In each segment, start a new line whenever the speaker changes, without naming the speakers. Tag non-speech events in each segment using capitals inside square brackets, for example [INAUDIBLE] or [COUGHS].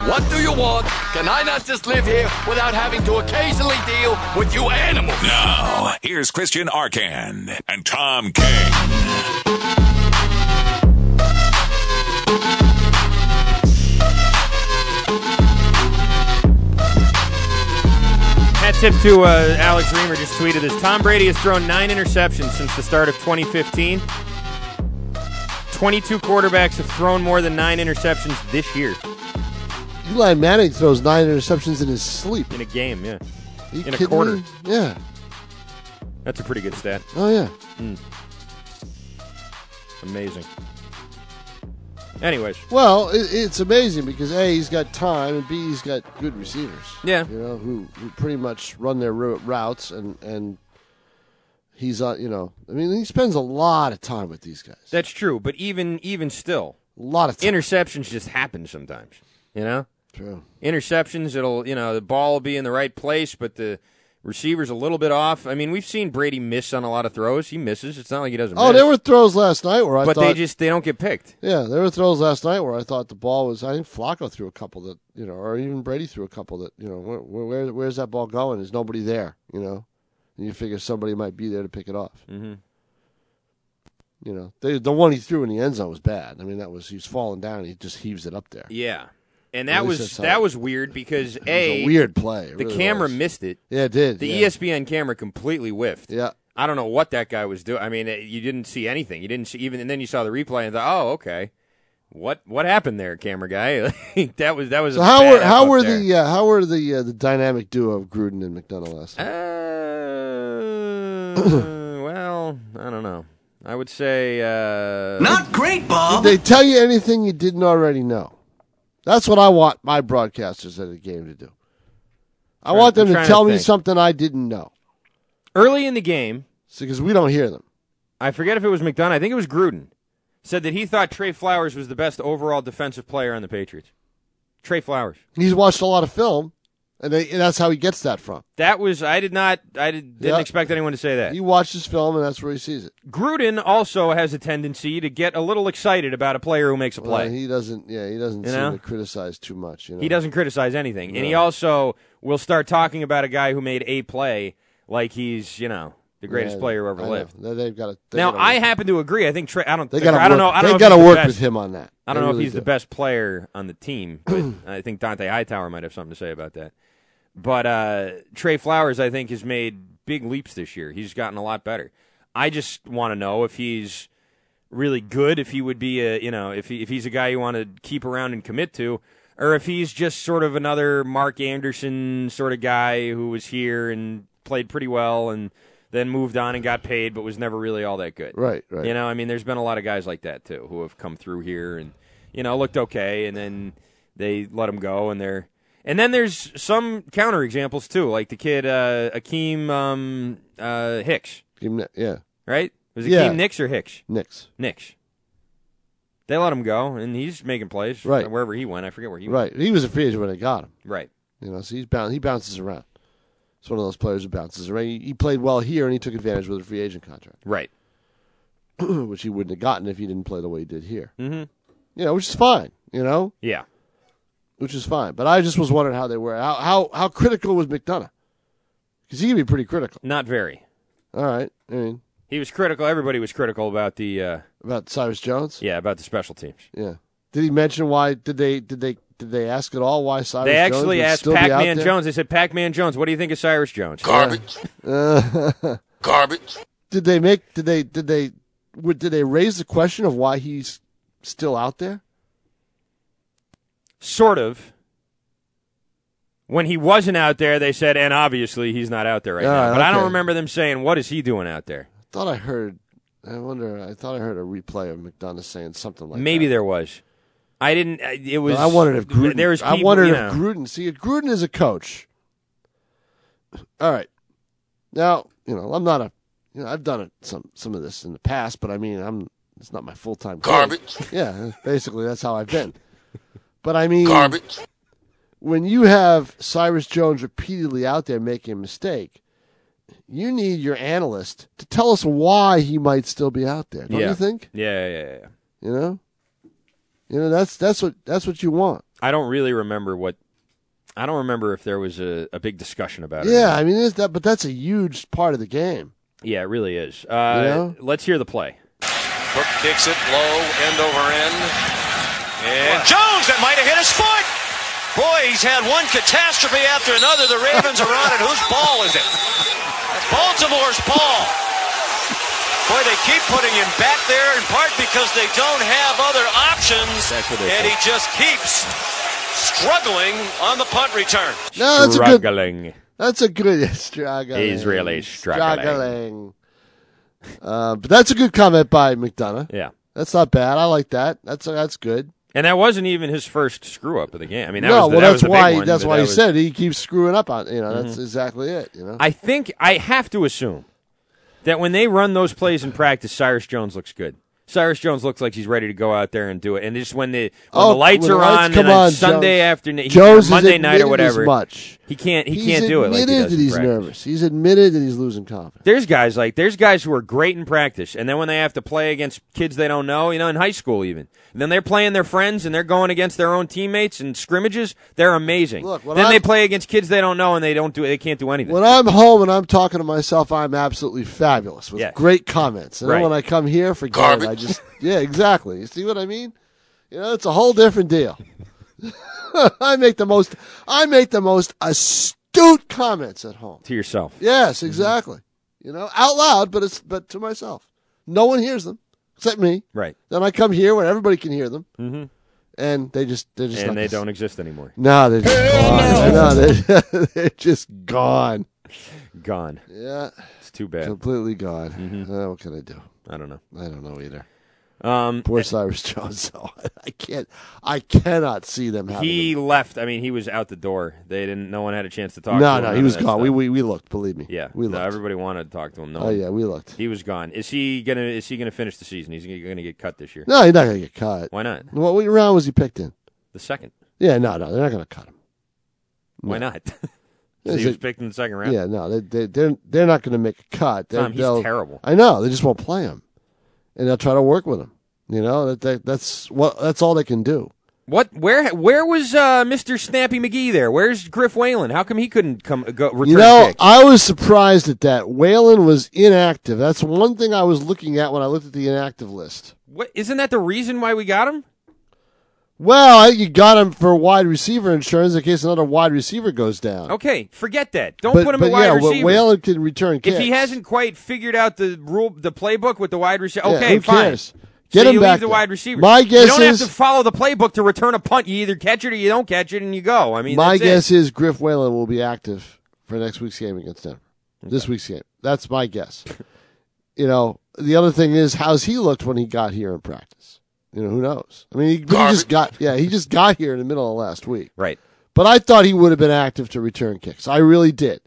What do you want? Can I not just live here without having to occasionally deal with you animals?
Now, here's Christian Arcan and Tom King.
Hat tip to uh, Alex Reamer just tweeted this. Tom Brady has thrown nine interceptions since the start of 2015. 22 quarterbacks have thrown more than nine interceptions this year
Eli Manning throws nine interceptions in his sleep.
in a game. Yeah,
Are you
in a
kidding
quarter.
me? Yeah.
that's a pretty good stat. Hmm.
Oh yeah.
Amazing. Anyways,
Well, it, it's amazing because a he's got time and b he's got good receivers.
Yeah.
you know who, who pretty much run their ru- routes and and he's on. You know, I mean, he spends a lot of time with these guys.
that's true. But even even still,
a lot of time.
interceptions just happen sometimes. You know,
True.
interceptions. It'll you know the ball will be in the right place, but the receiver's a little bit off. I mean, we've seen Brady miss on a lot of throws. He misses. It's not like he doesn't.
Oh,
miss.
there were throws last night where I
but
thought.
they just they don't get picked.
yeah, there were throws last night where I thought the ball was. I think Flacco threw a couple that you know, or even Brady threw a couple that you know. Where, where where's that ball going? There's nobody there. You know, and you figure somebody might be there to pick it off. Mm-hmm. You know, they, the one he threw in the end zone was bad. I mean, that was he was falling down. and He just heaves it up there.
Yeah, and
At
that
least
was
that's how-
that was weird because
It was
a,
a weird play. It
the
really
camera
was.
missed it.
Yeah, it did.
The E
yeah.
ESPN camera completely whiffed.
Yeah.
I don't know what that guy was doing. I mean, it- you didn't see anything. You didn't see even, and then you saw the replay and thought, "Oh, okay, what what happened there, camera guy? [LAUGHS] Like, that was that was."
So
a
how
bad
were
up
how
up
were
there.
the uh, how were the uh, the dynamic duo of Gruden and McDonough last night?
Uh, well, I don't know. I would say uh,
Not great, Bob.
they tell you anything you didn't already know. That's what I want my broadcasters at a game to do. I want them
I'm
to
trying
tell
to
me
think.
something I didn't know
early in the game.
because we don't hear them.
I forget if it was McDonough. I think it was Gruden. Said that he thought Trey Flowers was the best overall defensive player on the Patriots. Trey Flowers.
He's watched a lot of film, and, they, and that's how he gets that from.
That was I did not I did, didn't
Yeah.
expect anyone to say that.
He watches film, and that's where he sees it.
Gruden also has a tendency to get a little excited about a player who makes a play.
Well,
he,
he doesn't. Yeah, he doesn't
You
seem
know?
to criticize too much. You know?
doesn't criticize anything, and he also will start talking about a guy who made a play like he's you know the greatest
Yeah,
player who
I
ever
know.
lived.
They- They've got to.
Now I happen to agree. I think Trey. I don't.
They
think-
got to.
I don't know. I don't know
They
if
got to
he's the
work
best.
with him on that.
I don't
They
know
really
if he's
do.
the best player on the team, but
[CLEARS THROAT]
I think Dante Hightower might have something to say about that. But uh, Trey Flowers, I think, has made big leaps this year. He's gotten a lot better. I just want to know if he's really good, if he would be a you know, if he, if he's a guy you want to keep around and commit to, or if he's just sort of another Mark Anderson sort of guy who was here and played pretty well and then moved on and got paid, but was never really all that good.
Right, right.
You know, I mean, there's been a lot of guys like that too who have come through here and you know looked okay, and then they let them go, and they're and then there's some counter examples too, like the kid uh, Akeem um, uh, Hicks,
Yeah,
right? Was it
Yeah.
Akeem Nix or Hicks?
Knicks.
Nix. They let him go, and he's making plays
Right.
wherever he went. I forget where he went.
Right. He was a free agent when they got him.
Right.
You know, so he's boun he bounces around. It's one of those players who bounces around. He, he played well here, and he took advantage with a free agent contract,
Right.
[CLEARS THROAT] which he wouldn't have gotten if he didn't play the way he did here.
Mhm.
You know, which is fine. You know,
Yeah.
which is fine. But I just was wondering how they were. How how, how critical was McDonough? Because he can be pretty critical.
Not very.
All right, I mean
He was critical. Everybody was critical about the uh,
about Cyrus Jones.
yeah about the special teams.
Yeah. Did he mention why? Did they did they did they ask at all why Cyrus?
They
Jones
actually
would
asked
still be out
Pac-Man
there?
Jones. They said, "Pac-Man Jones, what do you think of Cyrus Jones?"
Garbage.
Uh, [LAUGHS]
Garbage.
Did they make? Did they did they would did they raise the question of why he's still out there?
Sort of. When he wasn't out there, they said, and obviously he's not out there right
All
now.
right,
But I don't
okay.
remember them saying, "What is he doing out there?"
thought I heard. I wonder. I thought I heard a replay of McDonough saying something like
Maybe
that.
there was. I didn't. I- It was.
But I wondered if Gruden.
There was.
I
people,
wondered
you
if
know.
Gruden. See, Gruden is a coach. All right. Now you know I'm not a. You know I've done it, some some of this in the past, but I mean I'm. It's not my full time
Garbage.
Yeah, basically that's how I've been. But I mean,
Garbage.
when you have Cyrus Jones repeatedly out there making a mistake, you need your analyst to tell us why he might still be out there. Don't
yeah.
you think?
Yeah, yeah, yeah, yeah.
You know, you know that's that's what that's what you want.
I don't really remember what. I don't remember if there was a, a big discussion about it. or
Yeah,
not.
I mean, it's that, but that's a huge part of the game.
yeah, it really is.
know?
Uh, Let's hear the play.
Brooke kicks it low, end over end. And Jones, that might have hit his foot. Boy, he's had one catastrophe after another. The Ravens are on it. Whose ball is it? That's Baltimore's ball. Boy, they keep putting him back there in part because they don't have other options.
That's what they
And he just keeps struggling on the punt return.
No, that's a good.
Struggling.
That's a good [LAUGHS] struggling.
He's really struggling.
Struggling. Uh, but that's a good comment by McDonough.
Yeah.
That's not bad. I like that. That's that's good.
And that wasn't even his first screw up of the game. I mean, that
no,
was the,
well,
that
that's
was the big
why
one,
that's
but
why
that
he
was- Mm-hmm.
said he keeps screwing up on. You know, that's exactly it. You know,
I think I have to assume that when they run those plays in practice, Cyrus Jones looks good. Cyrus Jones looks like he's ready to go out there and do it. And just when the when
Oh,
the lights
when the
are
lights
on,
come
and on
on,
Sunday
Jones.
afternoon,
Jones
he, Monday
is
night or
admitted
whatever,
As much.
he can't he
He's
can't do it. Like he
admitted
does
that
in
he's
practice.
nervous. He's admitted that he's losing confidence.
There's guys like there's guys who are great in practice, and then when they have to play against kids they don't know, you know, in high school even, and then they're playing their friends and they're going against their own teammates and scrimmages. They're amazing.
Look, when
then
I'm-
they play against kids they don't know and they don't do they can't do anything.
When I'm home and I'm talking to myself, I'm absolutely fabulous with
Yes.
great comments. And
Right.
then when I come here for
Garbage.
I just yeah, exactly. You see what I mean? You know, it's a whole different deal. [LAUGHS] I make the most. I make the most astute comments at home.
to yourself,
Yes,
Mm-hmm.
exactly. You know, out loud, but it's but to myself. No one hears them except me.
right?
Then I come here where everybody can hear them, mm-hmm. and they just they just not
And they
lis-
don't exist anymore.
No, they're just gone. No, they're, [LAUGHS] they're just gone.
Gone.
Yeah,
It's too bad. Mm-hmm.
completely gone. Uh, what can I do?
I don't know.
I don't know either.
Um,
Poor Cyrus [LAUGHS] Jones. though. I can't. I cannot see them. Having
he
him.
left. I mean, he was out the door. They didn't. No one had a chance to talk. to
No,
him,
no,
none
he
of
was
that
gone. We,
stuff.
we we looked. Believe me.
yeah.
we
no,
looked.
everybody wanted to talk to him. No.
oh
one-
yeah, we looked.
He was gone. Is he gonna? Is he gonna finish the season? He's gonna get cut this year.
No, he's not gonna get cut.
Why not?
What, what round was he picked in?
The second.
Yeah, no, no, they're not gonna cut him.
Why not? [LAUGHS]
Is
he was
it-
picked in the second round.
Yeah, no, they, they they're they're not gonna make a cut. They,
Tom, he's
they'll-
terrible.
I know. They just won't play him, and they'll try to work with him. You know that, that that's what that's all they can do.
What? Where? Where was uh, Mr. Snappy McGee? There. Where's Griff Whalen? How come he couldn't come? uh, Go return
You know,
kick?
I was surprised at that. Whalen was inactive. That's one thing I was looking at when I looked at the inactive list.
What? Isn't that the reason why we got him?
Well, I think you got him for wide receiver insurance in case another wide receiver goes down.
Okay, forget that. Don't
Uh, but,
put him
but
at wide
yeah,
receiver.
Whalen can return
if
kicks.
he hasn't quite figured out the rule, the playbook with the wide receiver,
Yeah,
okay,
who
fine.
cares? Get
so
him
you
back
leave the
there.
wide receiver.
My
you
guess
don't
is-
have to follow the playbook to return a punt. You either catch it or you don't catch it, and you go. I mean,
my
that's
guess
it.
is Griff Whalen will be active for next week's game against Denver. This week's game. That's my guess. [LAUGHS] you know, the other thing is how's he looked when he got here in practice? You know, who knows? I mean, he, he just got yeah, he just got here in the middle of last week.
right.
But I thought he would have been active to return kicks. I really did.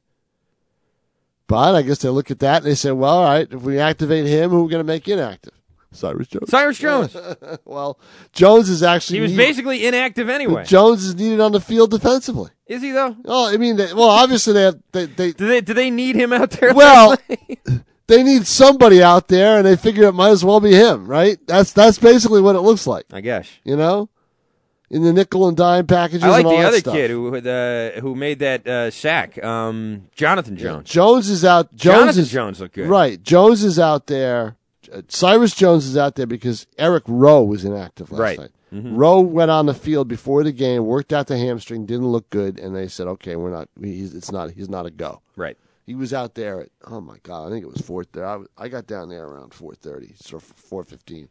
But I guess they look at that and they say, well, all right, if we activate him, who are we going to make inactive? Cyrus Jones.
Cyrus [LAUGHS] Jones.
well, Jones is actually.
He was
needed-
basically inactive anyway.
Jones is needed on the field defensively.
Is he though?
Oh, I mean, they, well, obviously they have. They, they,
Do they do they need him out there?
well, they need somebody out there and they figure it might as well be him, right? That's, that's basically what it looks like,
[LAUGHS] I guess.
you know? In the nickel and dime packages
I like
and all
the
that
other
stuff.
kid who uh, who made that uh, sack, um, Jonathan Jones.
Jones is out. Jones
Jonathan
is,
Jones looked good.
Right. Jones is out there. Uh, Cyrus Jones is out there because Eric Rowe was inactive last
Right. Mm-hmm.
night. Rowe went on the field before the game, worked out the hamstring, didn't look good, and they said, "Okay, we're not. He's it's not. He's not a go."
Right.
He was out there at oh my god, I think it was four thirty. I, was- I got down there around four thirty, sort of four fifteen,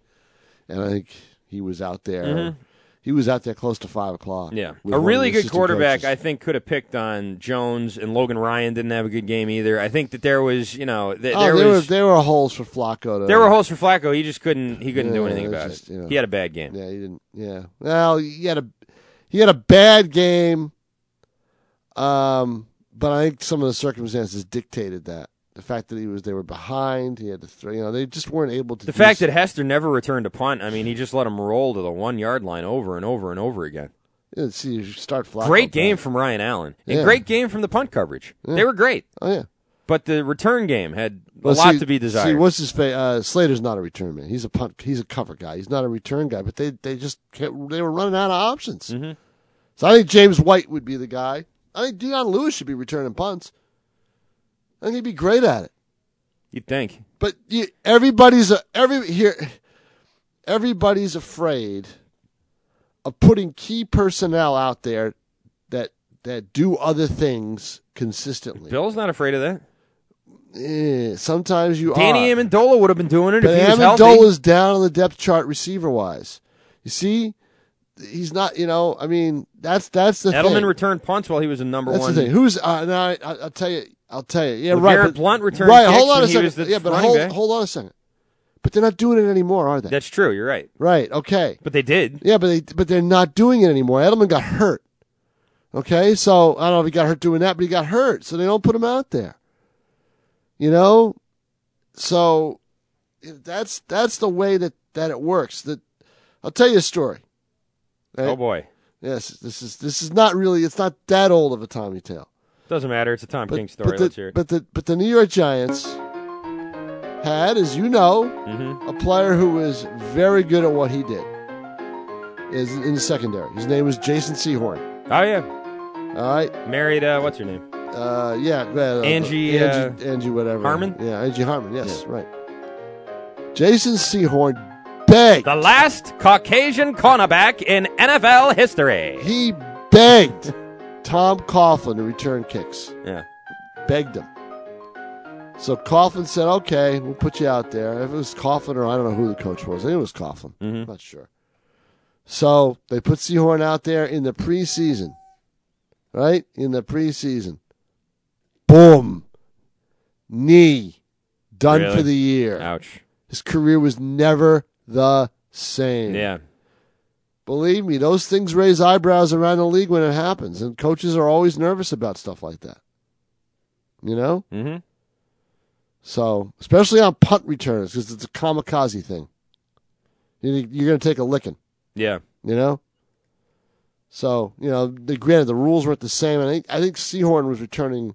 and I think he was out there. He was out there close to five o'clock.
Mm-hmm. Yeah.
with one
A
of
really
the
good
assistant
quarterback,
coaches.
I think, could have picked on Jones, and Logan Ryan didn't have a good game either. I think that there was, you know, th-
oh,
there,
there were
was.
there were holes for Flacco. To,
there were holes for Flacco. He just couldn't. He couldn't do
Yeah,
anything
it's
about
just,
it.
you know.
He had a bad game.
Yeah, he didn't. Yeah. Well, he had a he had a bad game. Um, but I think some of the circumstances dictated that. The fact that he was they were behind, he had to throw. You know, they just weren't able to.
The
do
fact
s-
that Hester never returned a punt. I mean, he just let him roll to the one yard line over and over and over again.
Yeah, see, you start Flacco
Great game
back.
from Ryan Allen, and
Yeah.
great game from the punt coverage. They were great,
Oh yeah,
but the return game had
Well,
a lot
see-
to be desired.
See, what's his face? Uh, Slater's not a return man.
Mm-hmm.
He's a punt. He's a cover guy. He's not a return guy. But they they just kept, they were running out of options. So I think James White would be the guy. I think Dion Lewis should be returning punts. I think he'd be great at it.
You'd think.
But you, everybody's a, every here. Everybody's afraid of putting key personnel out there that that do other things consistently.
Bill's not afraid of that.
Eh, sometimes you
Danny
are.
Amendola would have been doing it
But
if he was healthy.
Amendola's down on the depth chart receiver wise. You see, he's not. You know, I mean, that's that's the
Edelman
thing.
returned punts while he was the number
that's
one.
the thing. Who's? Uh, now I, I, I'll tell you. I'll tell you. Yeah,
LeGarrette
right. but-
Blount returned
Right.
kicks
Hold on a
when he
second.
was the
yeah, but
running
hold
back.
hold on a second. But they're not doing it anymore, are they?
That's true. You're right.
right. Okay.
But they did.
Yeah, but they but they're not doing it anymore. Edelman got hurt. Okay, so I don't know if he got hurt doing that, but he got hurt, so they don't put him out there. You know, so that's that's the way that that it works. That I'll tell you a story. Right?
Oh boy,
Yes, this is this is not really it's not that old of a Tommy tale.
doesn't matter. It's a Tom King story.
the,
Let's hear it.
But the but the New York Giants had, as you know,
Mm-hmm.
a player who was very good at what he did. Is in the secondary. His name was Jason Sehorn.
oh yeah,
All right.
married. Uh, what's her name?
Uh, yeah. uh,
Angie, uh,
Angie. uh, Angie. Whatever.
Harmon?
Yeah. Angie Harmon. Yes. Right. Jason Sehorn begged.
uh, The last Caucasian cornerback in NFL history.
he begged Tom Coughlin to return kicks.
Yeah.
begged him. So Coughlin said, "Okay, we'll put you out there." If it was Coughlin or I don't know who the coach was, I think it was Coughlin. I'm not sure. So they put Seahorn out there in the preseason, right? In the preseason, boom, knee, done
Really?
for the year.
Ouch.
His career was never the same.
Yeah.
Believe me, those things raise eyebrows around the league when it happens, and coaches are always nervous about stuff like that. You know.
Mm-hmm.
So, especially on punt returns, because it's a kamikaze thing. You, you're going to take a licking,
Yeah.
you know. So, you know, the, granted, the rules weren't the same, and I think I think Seahorn was returning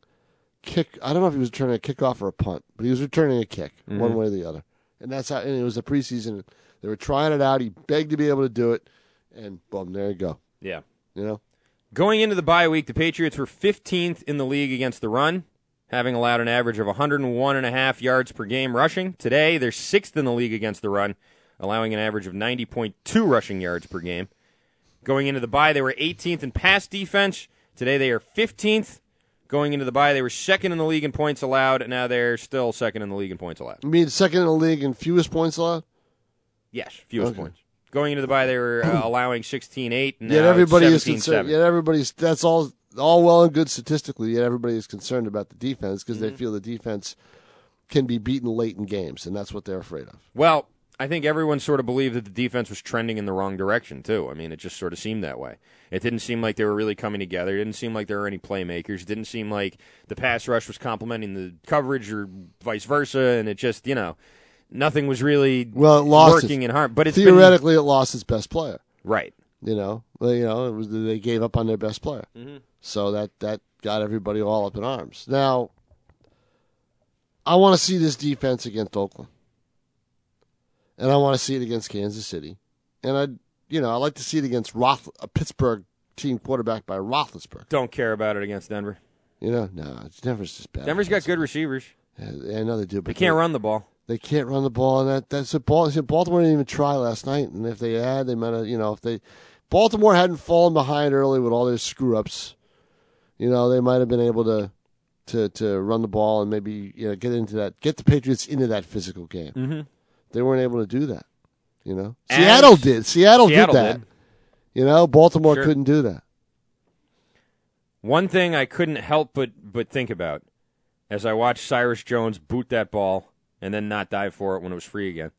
kick. I don't know if he was returning a kickoff or a punt, but he was returning a kick one way or the other, and that's how. And it was the preseason; they were trying it out. He begged to be able to do it, and boom, there you go.
Yeah.
You know,
Going into the bye week, the Patriots were 15th in the league against the run, having allowed an average of 101 and a half yards per game rushing. Today, they're sixth in the league against the run, allowing an average of 90.2 rushing yards per game. Going into the bye, they were 18th in pass defense. Today, they are 15th. Going into the bye, they were second in the league in points allowed, and now they're still second in the league in points allowed.
I mean, second in the league and fewest points allowed.
Yes, fewest
Okay.
points. Going into the bye, they were uh, [CLEARS THROAT] allowing 16-8, and now
Yet everybody
it's
is concerned.
17-7.
Yet everybody's that's all all well and good statistically. Yet everybody is concerned about the defense because they feel the defense can be beaten late in games, and that's what they're afraid of.
Well, I think everyone sort of believed that the defense was trending in the wrong direction too. I mean, it just sort of seemed that way. It didn't seem like they were really coming together. It didn't seem like there were any playmakers. It didn't seem like the pass rush was complementing the coverage or vice versa. And it just, you know, nothing was really
Well, it lost
working
its-
in harm. But it's been-
Theoretically, it lost its best player.
right?
You know, Well, you know, it was, they gave up on their best player,
Mm-hmm.
so that that got everybody all up in arms. Now, I want to see this defense against Oakland, and I want to see it against Kansas City, and I, you know, I like to see it against Roth, a Pittsburgh team quarterback by Roethlisberger.
Don't care about it against Denver.
You know, no, it's Denver's just bad.
Denver's got good receivers.
Yeah, I know they do, but
They can't run the ball.
They can't run the ball, and that that's it. Bal- Baltimore didn't even try last night, and if they had, they might have. You know, if they Baltimore hadn't fallen behind early with all their screw ups, you know, they might have been able to to to run the ball and maybe you know get into that get the Patriots into that physical game. Mm-hmm. They weren't able to do that. You know,
And-
Seattle did. Seattle,
Seattle
did that.
did.
You know, Baltimore
Sure.
couldn't do that.
One thing I couldn't help but but think about as I watched Cyrus Jones boot that ball and then not dive for it when it was free again,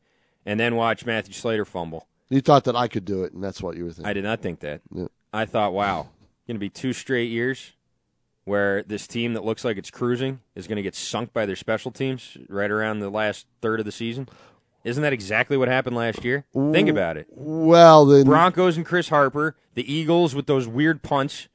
and then watch Matthew Slater fumble.
You thought that I could do it, and that's what you were thinking.
I did not think that.
Yeah.
I thought, wow, going to be two straight years where this team that looks like it's cruising is going to get sunk by their special teams right around the last third of the season. Isn't that exactly what happened last year? Think about it.
well, then
Broncos and Chris Harper, the Eagles with those weird punts.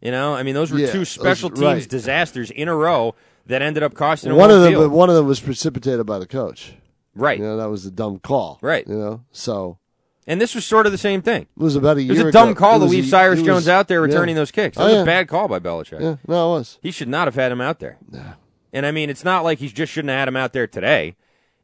You know, I mean, those were
Yeah,
two
those-
special teams
right.
disasters in a row that ended up costing them
one
one
of them,
field.
one of them was precipitated by the coach.
right,
You know, that was a dumb call.
Right.
You know, so
And this was sort of the same thing.
It was about a
It
year
was a
ago.
dumb call
It
to
was a-
leave Cyrus
it was-
Jones out there
yeah.
returning those kicks. That
Oh,
was
yeah.
a bad call by Belichick.
Yeah, no, it was.
He should not have had him out there. And I mean, it's not like he just shouldn't have had him out there today.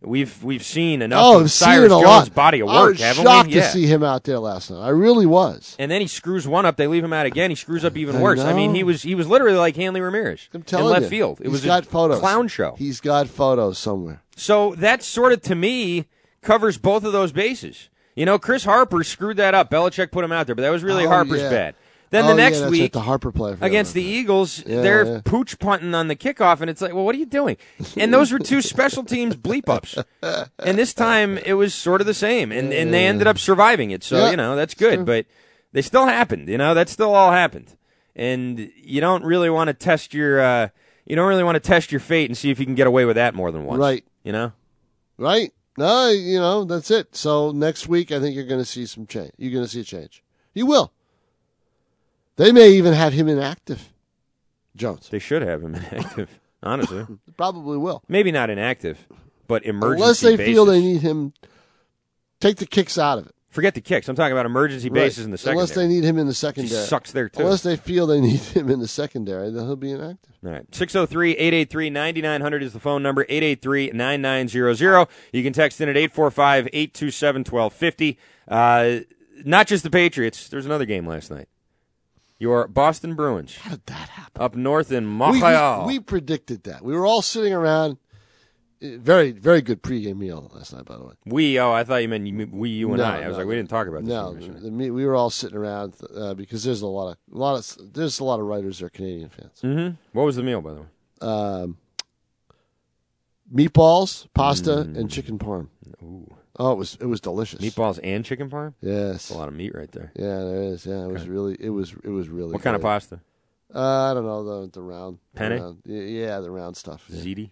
We've we've seen enough
Oh,
of
I've
Cyrus
seen it a
Jones'
lot.
body of work,
I was
haven't
shocked
we? Yeah.
to see him out there last night. I really was.
And then he screws one up. They leave him out again. He screws up even
I
worse. I mean,
know.
he was he was literally like Hanley Ramirez
I'm
in
telling
left
you,
field. It
He's
was
got
a
photos.
clown show.
He's got photos somewhere.
So that sort of to me covers both of those bases. You know, Chris Harper screwed that up. Belichick put him out there, but that was really
Oh,
Harper's
yeah.
bad. Then
Oh,
the
yeah,
next
that's right,
week
the Harper play I forgot
against
about
the Eagles,
Yeah,
they're
yeah.
pooch punting on the kickoff, and it's like, well, what are you doing? And those were two special teams bleep ups. And this time it was sort of the same, and and they ended up surviving it. So
Yeah,
you know that's good, but they still happened. You know that still all happened, and you don't really want to test your uh, you don't really want to test your fate and see if you can get away with that more than once,
Right.
You know.
Right? No, you know that's it. So next week, I think you're going to see some change. You're going to see a change. You will. They may even have him inactive. Jones
They should have him [LAUGHS] inactive. Honestly,
They [LAUGHS] probably will,
maybe not inactive, but emergency.
unless they feel
basis.
they need him. Take the kicks out of it.
Forget the kicks. I'm talking about emergency bases
Right.
in the
Unless they
secondary.
need him in the secondary.
sucks there, too.
Unless they feel they [LAUGHS] need him in the secondary, then he'll be inactive.
All right. 603-883-9900 is the phone number. 883-9900. You can text in at 845-827-1250. Uh, not just the Patriots. There's another game last night. Your Boston Bruins
How did that happen?
up north in
We-
Montreal.
We, we predicted that. We were all sitting around. eh, Very, very good pregame meal last night, by the way.
We- oh, I thought you meant you, we, you and
No,
I. I was
no,
like, we didn't talk about this.
No,
game yesterday.
the, me we were all sitting around uh, because there's a lot of, a lot of, there's a lot of writers that are Canadian fans.
Mm-hmm. What was the meal, by the way?
Um, meatballs, pasta,
Mm.
and chicken parm. Oh, it was it was delicious.
Meatballs and chicken parm?
Yes.
A lot of meat right there.
Yeah, there is. Yeah, it was really, it was, it was really.
What kind of
good.
pasta?
Uh, I don't know the the round
Penne?
round- y- yeah, the round stuff. Yeah.
Ziti?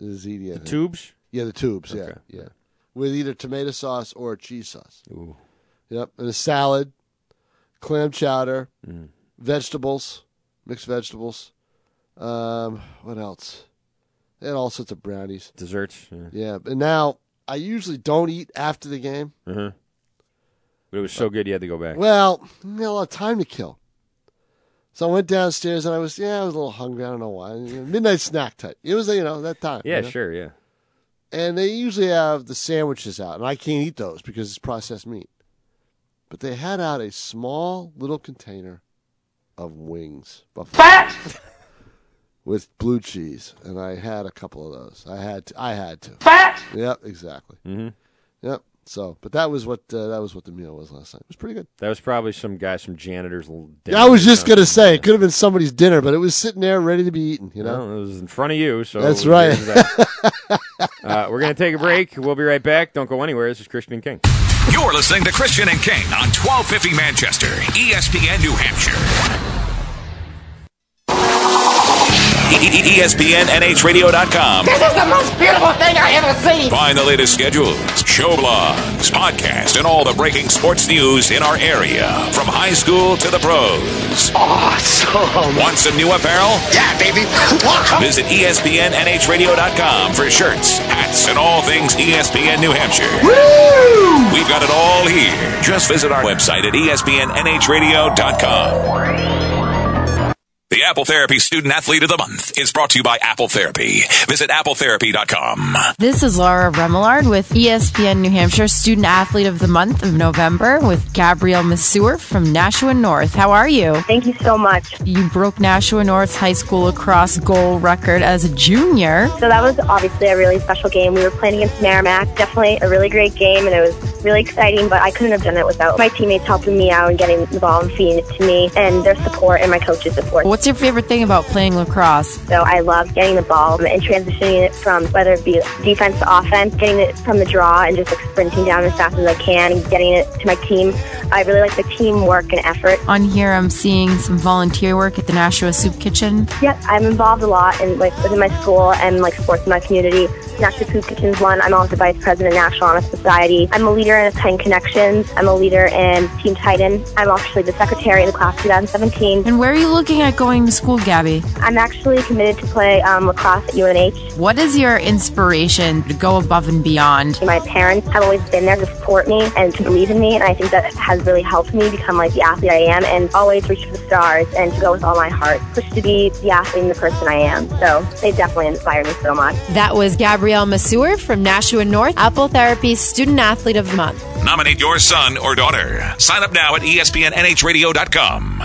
Ziti, I think.
Tubes?
Yeah, the tubes. Yeah,
Okay.
yeah, with either tomato sauce or cheese sauce.
Ooh.
Yep, and a salad, clam chowder,
Mm.
vegetables, mixed vegetables. Um, what else? They had all sorts of brownies.
Desserts? Yeah.
Yeah, and now I usually don't eat after the game.
But it was so good you had to go back.
Well, I had a lot of time to kill. So I went downstairs and I was yeah I was a little hungry I don't know why midnight snack type it was you know that time
yeah,
you know?
sure, yeah.
and they usually have the sandwiches out, and I can't eat those because it's processed meat. But they had out a small little container of wings, buffalo wings, [LAUGHS] with blue cheese, and I had a couple of those. I had to, I had to. Fat. Yep, exactly. Mm-hmm. Yep. So, but that was what uh, that was what the meal was last night. It was pretty good.
That was probably some guy, some janitor's. l-
Yeah, I was
dinner or
just gonna
something.
say it could have been somebody's dinner, but it was sitting there ready to be eaten. You know.
Well, it was in front of you, so
That's
there's
right.
that. [LAUGHS] uh, we're gonna take a break. We'll be right back. Don't go anywhere. This is Christian and King.
You're listening to Christian and King on 1250 Manchester, E ESPN New Hampshire. ESPNNHradio.com.
This is the most beautiful thing I ever seen.
Find the latest schedules, show blogs, podcasts, and all the breaking sports news in our area, from high school to the pros. Awesome. Want some new apparel?
Yeah, baby. [LAUGHS]
Visit E ESPNNHradio.com for shirts, hats, and all things E ESPN New Hampshire. We've got it all here. Just visit our website at E ESPNNHradio.com. The Apple Therapy Student Athlete of the Month is brought to you by Apple Therapy. Visit appletherapy.com.
This is Laura Remillard with E ESPN New Hampshire Student Athlete of the Month of November with Gabrielle Masseur from Nashua North. How are you?
Thank you so much.
You broke Nashua North's high school lacrosse goal record as a junior.
So that was obviously a really special game. We were playing against Merrimack. Definitely a really great game, and it was really exciting. But I couldn't have done it without my teammates helping me out and getting the ball and feeding it to me, and their support and my coach's support.
What's your favorite thing about playing lacrosse?
So I love getting the ball and transitioning it from whether it be defense to offense, getting it from the draw and just like sprinting down as fast as I can and getting it to my team. I really like the teamwork and effort.
On here, I'm seeing some volunteer work at the Nashua Soup Kitchen.
Yep, I'm involved a lot in like within my school and like sports in my community. National Food Kitchens One. I'm also vice president of National Honor Society. I'm a leader in Titan Connections. I'm a leader in Team Titan. I'm actually the secretary of the class of 2017.
And where are you looking at going to school, Gabby?
I'm actually committed to play um, lacrosse at UNH.
What is your inspiration to go above and beyond?
My parents have always been there to support me and to believe in me, and I think that has really helped me become like the athlete I am and always reach for the stars and to go with all my heart, push to be the athlete and the person I am. So they definitely inspire me so much.
That was Gabrielle Masseur from Nashua North, Apple Therapy's Student Athlete of the Month.
Nominate your son or daughter. Sign up now at E espnnhradio.com.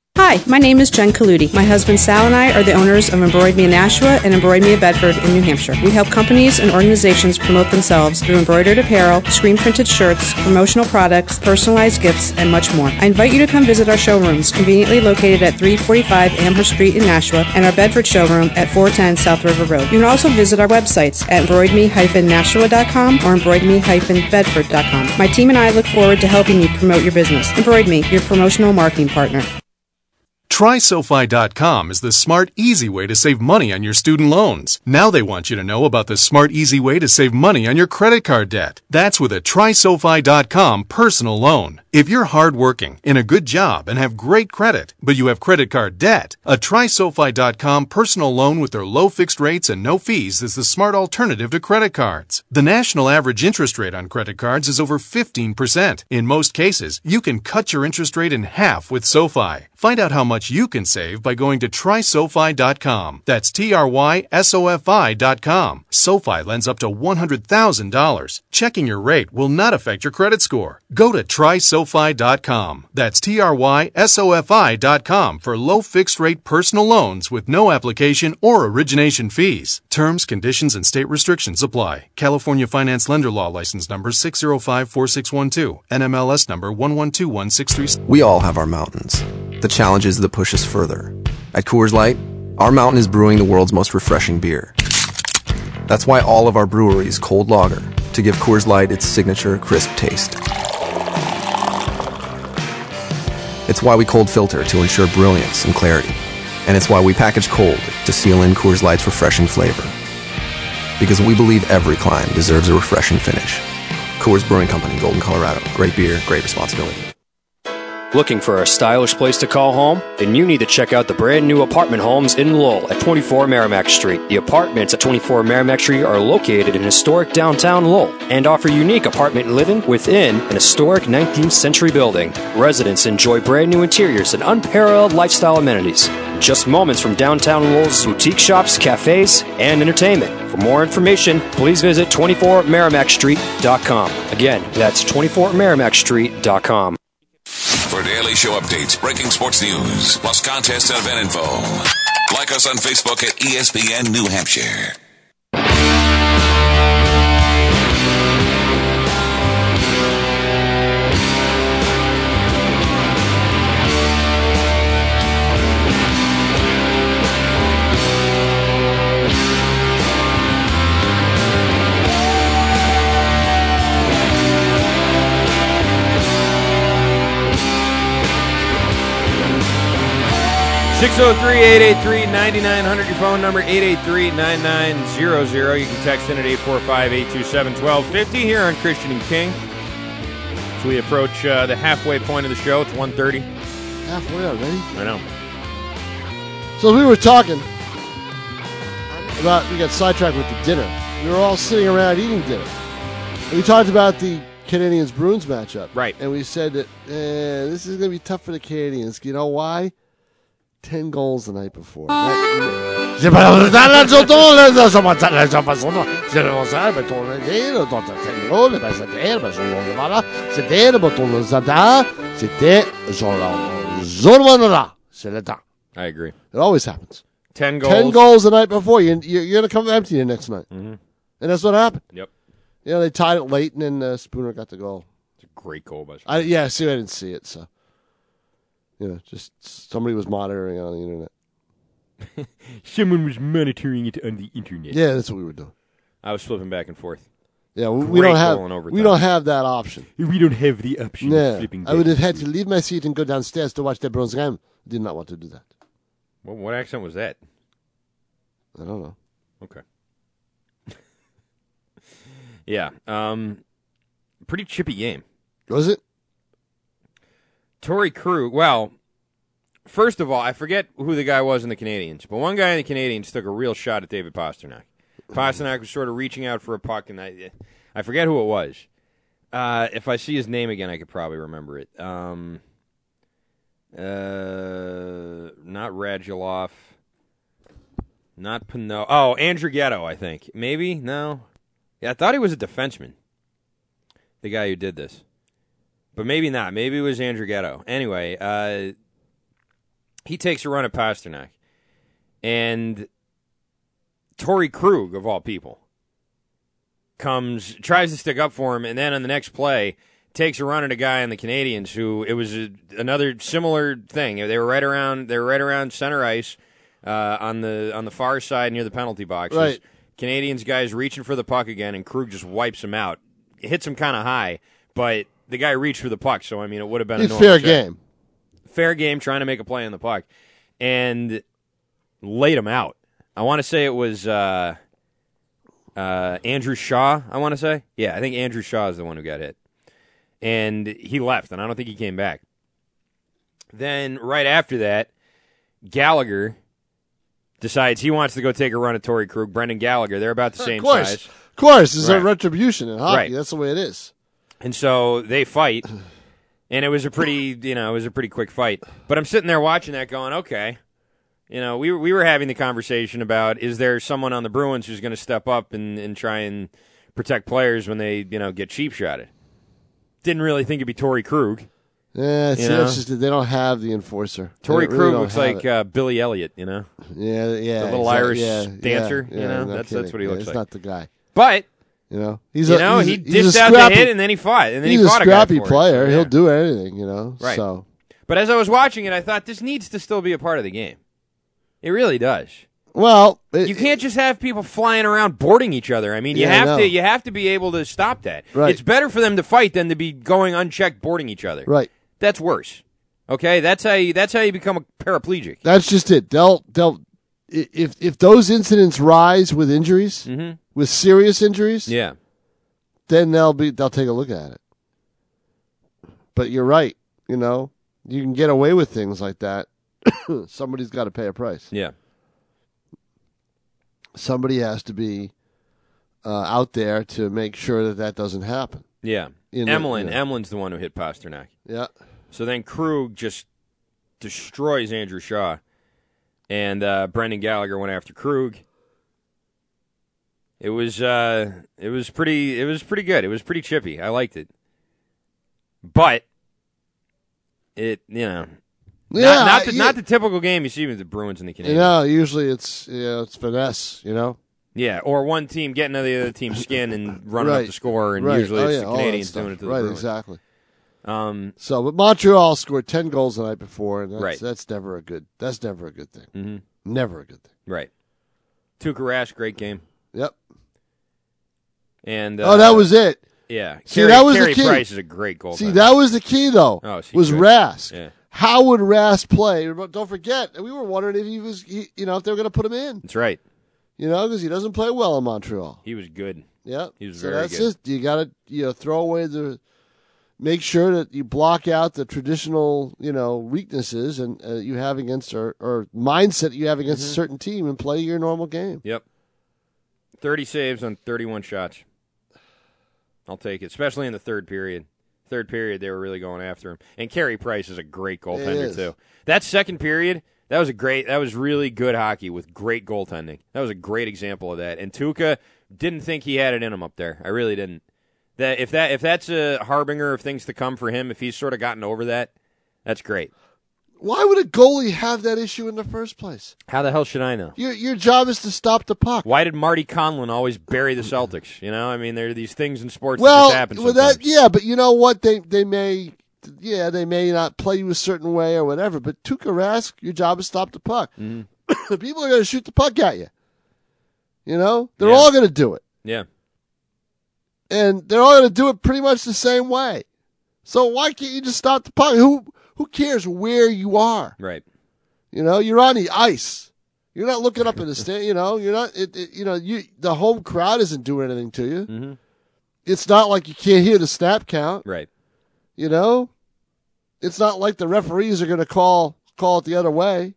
Hi, my name is Jen Kaludi. My husband Sal and I are the owners of Embroid Me in Nashua and Embroid Me in Bedford in New Hampshire. We help companies and organizations promote themselves through embroidered apparel, screen printed shirts, promotional products, personalized gifts, and much more. I invite you to come visit our showrooms, conveniently located at 345 Amherst Street in Nashua and our Bedford showroom at 410 South River Road. You can also visit our websites at embroidme-nashua.com or embroidme-bedford.com. My team and I look forward to helping you promote your business. Embroid Me, your promotional marketing partner.
TrySofi.com is the smart, easy way to save money on your student loans. Now they want you to know about the smart, easy way to save money on your credit card debt. That's with a TrySofi.com personal loan. If you're hardworking, in a good job, and have great credit, but you have credit card debt, a TrySofi.com personal loan with their low fixed rates and no fees is the smart alternative to credit cards. The national average interest rate on credit cards is over 15%. In most cases, you can cut your interest rate in half with SoFi. Find out how much you can save by going to trysofi.com. That's T R Y S O F I.com. SoFi lends up to $100,000. Checking your rate will not affect your credit score. Go to trysofi.com. That's T R Y S O F I.com for low fixed rate personal loans with no application or origination fees. Terms, conditions, and state restrictions apply. California Finance Lender Law License Number 6054612, NMLS Number 1121636.
We all have our mountains, the challenges that push us further. At Coors Light, our mountain is brewing the world's most refreshing beer. That's why all of our breweries cold lager to give Coors Light its signature crisp taste. It's why we cold filter to ensure brilliance and clarity. And it's why we package cold to seal in Coors Light's refreshing flavor. Because we believe every climb deserves a refreshing finish. Coors Brewing Company, Golden, Colorado. Great beer, great responsibility.
Looking for a stylish place to call home? Then you need to check out the brand new apartment homes in Lowell at 24 Merrimack Street. The apartments at 24 Merrimack Street are located in historic downtown Lowell and offer unique apartment living within an historic 19th century building. Residents enjoy brand new interiors and unparalleled lifestyle amenities. Just moments from downtown Lowell's boutique shops, cafes, and entertainment. For more information, please visit 24merrimackstreet.com. Again, that's 24merrimackstreet.com.
For daily show updates, breaking sports news, plus contests and event info, like us on Facebook at E ESPN New Hampshire.
Six zero three eight eight three ninety nine hundred. your phone number, 883-9900. You can text in at 845-827-1250 here on Christian and King. As we approach uh, the halfway point of the show, it's 1.30.
[LAUGHS] Halfway already.
I know.
So we were talking about we got sidetracked with the dinner. We were all sitting around eating dinner. And we talked about the Canadians Bruins matchup.
Right.
And we said that eh, this is going to be tough for the Canadians. You know why? 10 goals the night before.
I agree.
It always happens.
10 goals. Mm-hmm.
Ten goals the night before. You, you- you're going to come empty the next night. And that's what happened.
Yep.
You know, they tied it late, and then uh, Spooner got the goal.
Great goal by
I, yeah, see, I didn't see it, so you know, just somebody was monitoring it on the internet.
Someone was monitoring it on the internet.
Yeah, that's what we were doing.
I was flipping back and forth.
Yeah, we, we
Great
don't have
goal in overtime.
we don't have that option.
We don't have the option.
Yeah,
of flipping
I would
back
have had
and
to leave my seat and go downstairs to watch the Bruins game. Did not want to do that.
What, what accent was that?
I don't know.
Okay. [LAUGHS] yeah. Um, pretty chippy game.
Was it?
Tory Crew. Well, first of all, I forget who the guy was in the Canadians, but one guy in the Canadians took a real shot at David Pasternak. Pasternak was sort of reaching out for a puck, and I, I forget who it was. Uh, if I see his name again, I could probably remember it. Um, uh, not Radulov. Not Pino. Oh, Andrew Ghetto, I think. Maybe? No. Yeah, I thought he was a defenseman. The guy who did this. But maybe not. Maybe it was Andrew Ghetto. Anyway, uh, he takes a run at Pasternak. And Tori Krug, of all people, comes, tries to stick up for him, and then on the next play, takes a run at a guy in the Canadians who it was a, another similar thing. They were right around, they were right around center ice uh, on the on the far side near the penalty box.
Right.
This Canadians guy's reaching for the puck again, and Krug just wipes him out. Hits him kind of high, but the guy reached for the puck, so I mean, it would have been a
It's
normal
fair
check
game.
fair game trying to make a play on the puck and laid him out. I want to say it was uh, uh, Andrew Shaw, I want to say. Yeah, I think Andrew Shaw is the one who got hit. And he left, and I don't think he came back. Then, right after that, Gallagher decides he wants to go take a run at Tory Krug. Brendan Gallagher, they're about the same
Of course,
size.
of course, it's a
Right.
retribution in hockey.
Right.
That's the way it is.
And so they fight, and it was a pretty, you know, it was a pretty quick fight. But I'm sitting there watching that, going, okay, you know, we were- we were having the conversation about is there someone on the Bruins who's going to step up and and try and protect players when they you know get cheap shotted. Didn't really think it'd be Tory Krug.
Yeah,
You
see,
know?
that's just that they don't have the enforcer. They
Tory
really
Krug
don't
looks
have
like
it.
uh, Billy Elliot, you know.
yeah, yeah,
the little
exact-
Irish
yeah,
dancer,
yeah,
you
yeah,
know.
no
that's
kidding.
that's what he
Yeah,
looks
it's
like.
not the guy.
But
You know, he's
you
a
know
he's a-
he
he's a
dished out the
scrappy-
hit and then he fought and then
he's
he
a
fought
scrappy
a guy for it.
player. He'll do anything, you know.
Right.
So
But as I was watching it, I thought this needs to still be a part of the game. It really does.
well, it-
you can't just have people flying around boarding each other. I mean, you
Yeah, I
have
know.
to you have to be able to stop that.
Right.
It's better for them to fight than to be going unchecked boarding each other.
right.
That's worse. Okay, that's how you that's how you become a paraplegic.
That's just it. They'll they'll i- if if those incidents rise with injuries,
Mhm.
with serious injuries,
Yeah.
then they'll be they'll take a look at it. But you're right. You know, you can get away with things like that.
Hmm.
Somebody's got to pay a price.
[COUGHS] Yeah.
Somebody has to be uh, out there to make sure that that doesn't happen.
Yeah.
In the-
Emlyn
yeah.
Emlyn's the one who hit Pasternak.
Yeah.
So then Krug just destroys Andrew Shaw, and uh, Brendan Gallagher went after Krug. It was uh, it was pretty it was pretty good. It was pretty chippy. I liked it, but it you know not-
Yeah,
not the,
you-
not the typical game you see with the Bruins and the
You
Canadiens.
know, usually it's you know, it's finesse. You know.
Yeah, or one team getting to the other team's skin and running up
Right.
the score, and
Right.
usually
Oh,
it's
yeah,
the
all that
Canadians
stuff.
doing it to the
right,
Bruins.
exactly.
Um,
So, but Montreal scored ten goals the night before, and that's,
Right.
that's never a good. That's never a good thing.
Mhm.
Never a good thing.
right. Tuukka Rask, great game.
Yep.
And uh,
oh, that was it.
Yeah.
See,
Carey-
that was
Carey
the key.
Price is a great goaltender.
See, that was the key though.
Oh, is he
was
good?
Rask.
Yeah.
How would Rask play? But Don't forget, we were wondering if he was, he, you know, if they were going to put him in,
That's right.
you know, because he doesn't play well in Montreal.
He was good.
Yeah,
He was
so
very
that's
good.
just you got to you know throw away the, make sure that you block out the traditional you know weaknesses and uh, you have against or, or mindset you have against
Mm-hmm.
a certain team and play your normal game.
Yep. 30 saves on 31 shots. I'll take it, especially in the third period. Third period, they were really going after him. And Carey Price is a great goaltender,
is.
too. That second period, that was a great, that was really good hockey with great goaltending. That was a great example of that. And Tuca didn't think he had it in him up there. I really didn't. That if that if that's a harbinger of things to come for him, if he's sort of gotten over that, that's great.
Why would a goalie have that issue in the first place?
How the hell should I know?
Your your job is to stop the puck.
Why did Marty Conlon always bury the Celtics? You know, I mean, there are these things in sports
well,
that just happen.
well,
sometimes.
that yeah, but you know what? They they may yeah they may not play you a certain way or whatever. But Tuukka Rask, your job is stop the puck.
Mm-hmm.
the [COUGHS] people are going to shoot the puck at you. You know, they're
Yeah.
all going to do it,
yeah.
and they're all going to do it pretty much the same way. So why can't you just stop the puck? Who who cares where you are?
Right.
You know, you're on the ice. You're not looking up in the stand. [LAUGHS] You know, you're not. It, it, you know, you the home crowd isn't doing anything to you. It's not like you can't hear the snap count.
Mm-hmm. Right.
You know, it's not like the referees are going to call call it the other way.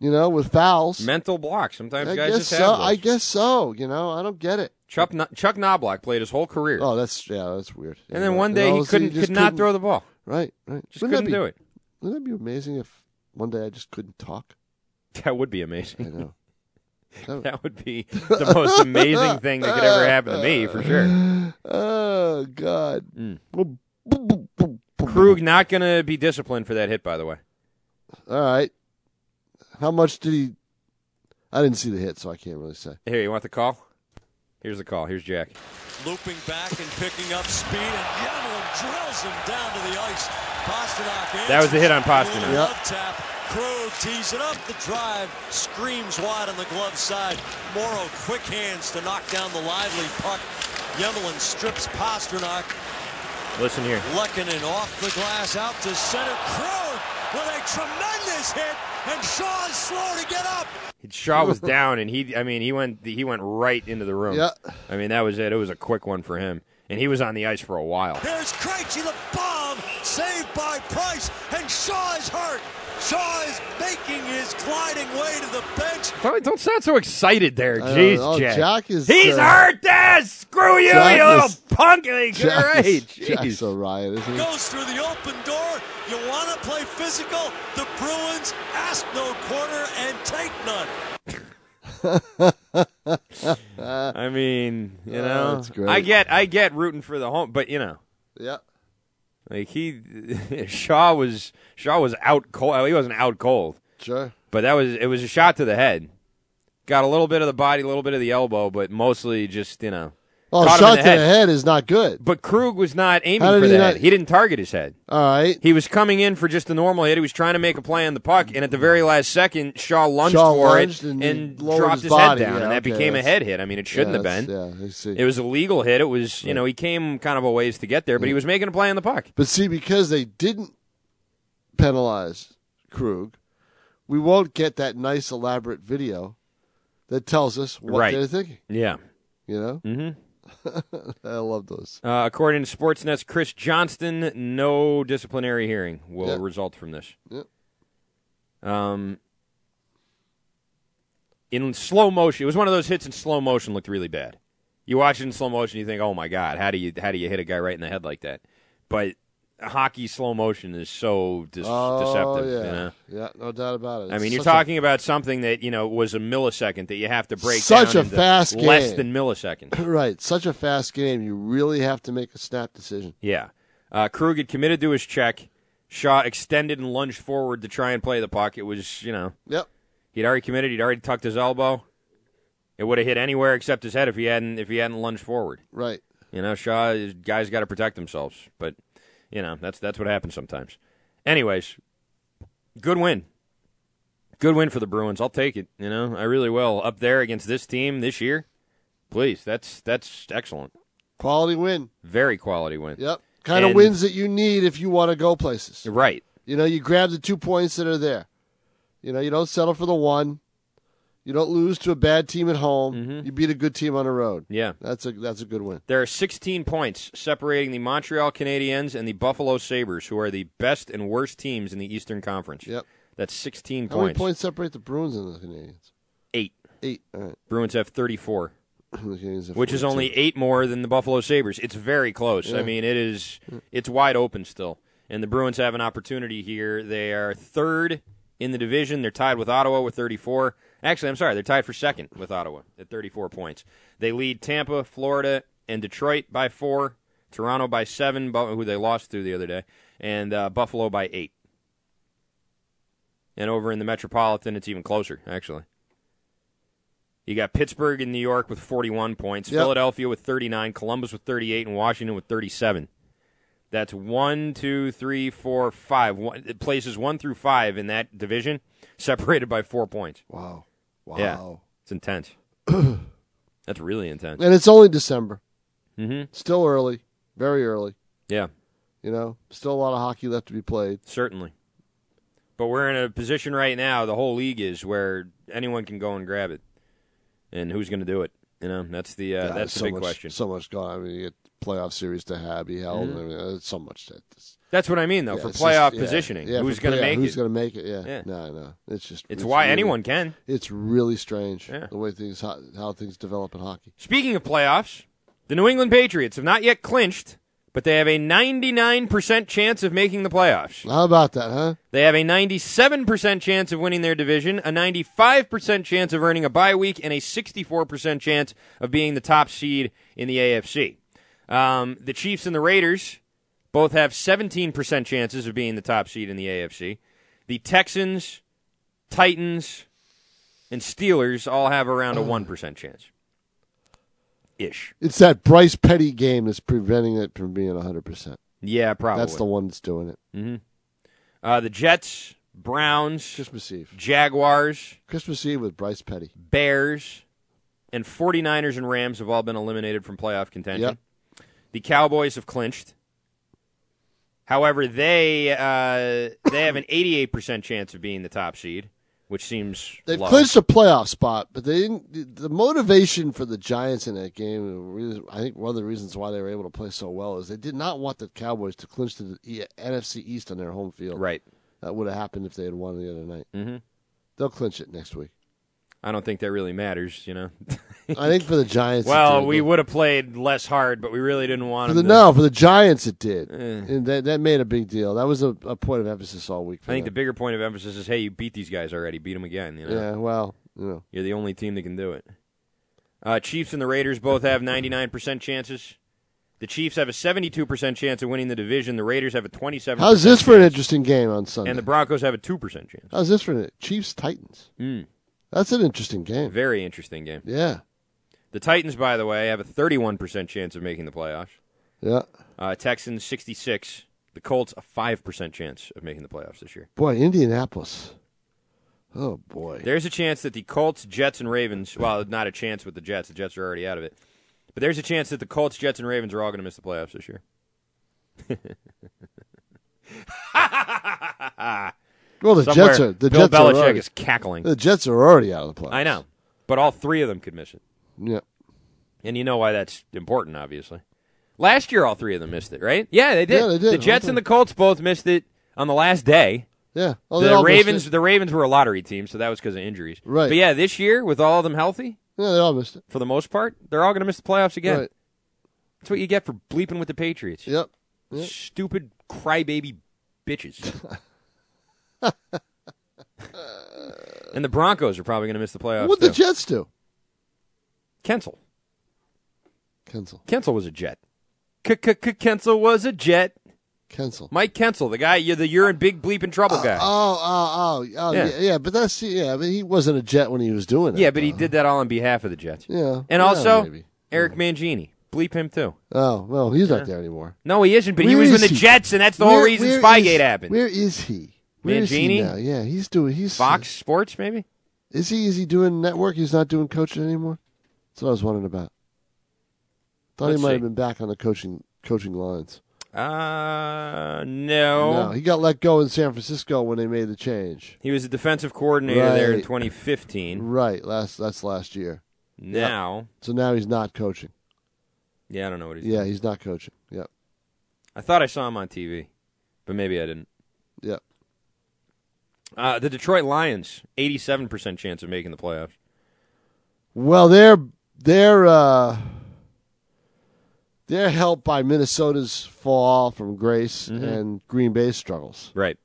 You know, with fouls.
Mental block. Sometimes
I
guys
guess
just
so.
have those.
I guess so. You know, I don't get it.
Chuck no- Chuck Knobloch played his whole career. [LAUGHS]
Oh, that's yeah, that's weird.
And then
Yeah,
one day
no,
he
so
couldn't
you just
could not
couldn't-
throw the ball.
Right, right.
Just couldn't do it.
Wouldn't that be amazing if one day I just couldn't talk?
That would be amazing.
I know.
That
[LAUGHS]
would be the most amazing thing that could ever happen to me, for
[LAUGHS]
sure. Hmm.
Oh God.
Krug not going to be disciplined for that hit, by the way.
All right. How much did he? I didn't see the hit, so I can't really say.
Here, you want the call? Here's the call. Here's Jack.
Looping back and picking up speed, and Yedlin drills him down to the ice. Pasternak
That was the hit on
answers.
Pasternak.
Little
Yep.
up Tap. Krug tees it up. The drive screams wide on the glove side. Morrow quick hands to knock down the lively puck. Yemelin strips Pasternak.
Listen here.
Lekanen off the glass out to center. Krug with a tremendous hit, and Shaw's slow to get up.
Shaw was down, and he I mean he went he went right into the room.
Yeah.
I mean that was it. It was a quick one for him, and he was on the ice for a while.
Here's Krejci, the bomb, saved by Price, and Shaw is hurt. Shaw is making his gliding way to the bench.
Don't, don't sound so excited there.
I know.
Jeez,
Oh,
Jack.
Jack is,
He's
uh,
hurt, Dad! Screw you,
Jack
you little
is-
punk! Like, all
Jack
right,
is-
jeez.
Jack's a riot, isn't he?
Goes through the open door. You want to play physical? The Bruins ask no quarter and take none.
uh,
I mean, you
Oh,
know,
that's great.
I get, I get rooting for the home, but you know,
[LAUGHS] Yeah.
like he, [LAUGHS] Shaw was, Shaw was out cold. He wasn't out cold,
sure,
but that was, it was a shot to the head. Got a little bit of the body, a little bit of the elbow, but mostly just you know,
Oh,
caught him
shot
in the
to
head.
the head is not good.
But Krug was not aiming
How did
for
he
that.
not-
He didn't target his head.
All right.
He was coming in for just a normal hit. He was trying to make a play on the puck, and at the very last second, Shaw lunged
Shaw
for
lunged
it
and
and,
he lowered
dropped
his
his,
body.
head down,
Yeah,
and that
okay,
became a
that's-
head hit. I mean, it shouldn't
yeah,
have been.
that's- yeah, I see.
It was a legal hit. It was, you know, he came kind of a ways to get there, but he was making a play on the puck.
But see, because they didn't penalize Krug, we won't get that nice elaborate video that tells us what
Right.
they're thinking.
Yeah.
You know.
Mm-hmm.
[LAUGHS] I love those.
Uh, according to Sportsnet's Chris Johnston, no disciplinary hearing will
Yeah.
result from this.
Yep.
Um, in slow motion, it was one of those hits in slow motion. Looked really bad. You watch it in slow motion, you think, "Oh my god, how do you how do you hit a guy right in the head like that?" But hockey slow motion is so dis-
oh,
deceptive.
Yeah.
You know?
yeah, no doubt about it.
I
It's
mean, you're
such a-
talking about something that you know was a millisecond that you have to break
Such
down
a
into
fast game.
less than
[LAUGHS]
milliseconds.
right, such a fast game. You really have to make a snap decision.
Yeah. Uh, Krug had committed to his check. Shaw extended and lunged forward to try and play the puck. It was, you know.
Yep.
He'd already committed. He'd already tucked his elbow. It would have hit anywhere except his head if he hadn't if he hadn't lunged forward.
Right.
You know, Shaw guys got to protect themselves, but you know that's that's what happens sometimes. Anyways, good win, good win for the Bruins. I'll take it. You know, I really will. Up there against this team this year, please. That's that's excellent.
Quality win.
Very quality win.
Yep. Kind of
And-
wins that you need if you want to go places.
Right.
You know, you grab the two points that are there. You know, you don't settle for the one. You don't lose to a bad team at home. You beat a good team on the road.
Mm-hmm. Yeah.
That's a that's a good win.
There are 16 points separating the Montreal Canadiens and the Buffalo Sabres, who are the best and worst teams in the Eastern Conference.
Yep.
That's 16
How many
points.
points separate the Bruins and the Canadians?
Eight.
Eight. All right.
Bruins have 34,
The Canadiens have
which is
42.
only eight more than the Buffalo Sabres. It's very close.
Yeah.
I mean, it is it's wide open still. And the Bruins have an opportunity here. They are third in the division. They're tied with Ottawa with 34. Actually, I'm sorry, they're tied for second with Ottawa at 34 points. They lead Tampa, Florida, and Detroit by four. Toronto by seven, Bu- who they lost to the other day, and uh, Buffalo by eight. And over in the Metropolitan, it's even closer, actually. You got Pittsburgh and New York with 41 points,
Yep.
Philadelphia with 39, Columbus with 38, and Washington with 37. That's one, two, three, four, five. One, it places one through five in that division, [LAUGHS] separated by four points.
Wow. Wow.
Yeah,
[CLEARS THROAT]
it's intense. That's really intense.
And it's only December.
Mm-hmm.
Still early, very early.
Yeah.
You know, still a lot of hockey left to be played.
Certainly. But we're in a position right now, the whole league is, where anyone can go and grab it. And who's going to do it? You know, that's the uh,
Yeah,
that's the
so
big
much,
question.
So much gone. I mean, you get playoff series to have be held.
Mhm.
I mean, there's so much. That,
That's what I mean, though,
Yeah,
for
it's
playoff
just- yeah,
positioning.
yeah,
who's
for
going to
playoff,
make
Who's
it?
going to make it? Yeah.
Yeah.
No, no. It's just.
It's why
really-
anyone can.
It's really strange the way things how, how things develop in hockey.
Speaking of playoffs, the New England Patriots have not yet clinched, but they have a 99% chance of making the playoffs.
How about that, huh?
They have a 97% chance of winning their division, a 95% chance of earning a bye week, and a 64% chance of being the top seed in the AFC. Um, the Chiefs and the Raiders both have 17% chances of being the top seed in the AFC. The Texans, Titans, and Steelers all have around a 1% chance. Ish.
It's that Bryce Petty game that's preventing it from being 100. percent
Yeah, probably.
That's the one that's doing it.
Mm-hmm. Uh, the Jets, Browns,
Christmas Eve,
Jaguars,
Christmas Eve with Bryce Petty.
Bears, and 49ers and Rams have all been eliminated from playoff contention.
Yep.
The Cowboys have clinched. However, they uh,
[COUGHS]
they have an 88% chance of being the top seed, which seems
They've
low.
clinched a playoff spot, but they didn't. the- The motivation for the Giants in that game, the reason- I think one of the reasons why they were able to play so well is they did not want the Cowboys to clinch the E- NFC East on their home field.
Right.
That would have happened if they had won the other night.
Mm-hmm.
They'll clinch it next week.
I don't think that really matters, you know.
I think
[LAUGHS]
for the Giants. it
Well,
did,
we
but-
would have played less hard, but we really didn't want
for the
them to-
no for the Giants it did,
Eh.
and that that made a big deal. That was a, a point of emphasis all week.
I think the bigger point of emphasis is, hey, you beat these guys already. Beat them again. You know?
Yeah, well, you know.
You're the only team that can do it. Uh, Chiefs and the Raiders both have 99% chances. The Chiefs have a 72% chance of winning the division. The Raiders have a 27%.
How's this for an interesting game on Sunday?
And the Broncos have a 2% chance.
How's this for an Chiefs Titans?
Mm.
That's an interesting game.
Very interesting game.
Yeah,
The Titans, by the way, have a 31% chance of making the playoffs.
yeah.
Uh, Texans, 66. The Colts, a 5% chance of making the playoffs this year.
Boy, Indianapolis. Oh boy.
There's a chance that the Colts, Jets, and Ravens. Well, not a chance with the Jets. The Jets are already out of it. But there's a chance that the Colts, Jets, and Ravens are all going to miss the playoffs this year. [LAUGHS]
Well, the
Somewhere,
Jets are the
Bill
Jets
Belichick
are already,
is cackling.
The Jets are already out of the playoffs.
I know, but all three of them could miss it,
Yeah.
and you know why that's important, obviously. Last year, all three of them missed it, right? Yeah, they did.
Yeah, they did.
The Jets and the Colts both missed it on the last day.
Yeah. Oh, they
the
all missed
Ravens.
it.
The Ravens were a lottery team, so that was because of injuries.
Right.
But yeah, this year with all of them healthy,
Yeah, they all missed it.
for the most part, they're all going to miss the playoffs again.
Right.
That's what you get for bleeping with the Patriots.
Yep.
Stupid crybaby bitches.
[LAUGHS]
and the Broncos are probably going to miss the playoffs.
What'd the
too.
Jets do?
Kensel.
Kensel.
Kensel was a Jet. Kensel was a Jet.
Kensel.
Mike Kensel, the guy, you're the you're in big bleeping trouble guy.
Oh, oh, oh, oh,
Yeah.
yeah. yeah, But that's yeah. But he wasn't a Jet when he was doing it.
yeah, but he did that all on behalf of the Jets.
Yeah.
And
Yeah,
also,
maybe.
Eric Mangini. Bleep him too.
Oh well, he's
Yeah.
not there anymore.
No, he isn't, but he
Where
was
is
with the
he?
Jets, and that's the whole
Where-
reason
where
Spygate
is-
happened.
Where is he? Where is he
Mangini?
now? Yeah, he's doing. He's
Fox Sports, maybe.
Is he? Is he doing network? He's not doing coaching anymore. That's what I was wondering about. Thought
Let's
he might
see.
have been back on the coaching coaching lines.
Uh, no.
No, he got let go in San Francisco when they made the change.
He was a defensive coordinator there in
Right.
2015.
Right, last that's last year. Yep.
Now,
so now he's not coaching.
yeah, I don't know what he's.
Yeah, he's not coaching. Yep,
I thought I saw him on TV, but maybe I didn't.
yep.
Uh, the Detroit Lions, 87% chance of making the playoffs.
Well, they're they're uh, they're helped by Minnesota's fall from grace and Green Bay's struggles.
Right.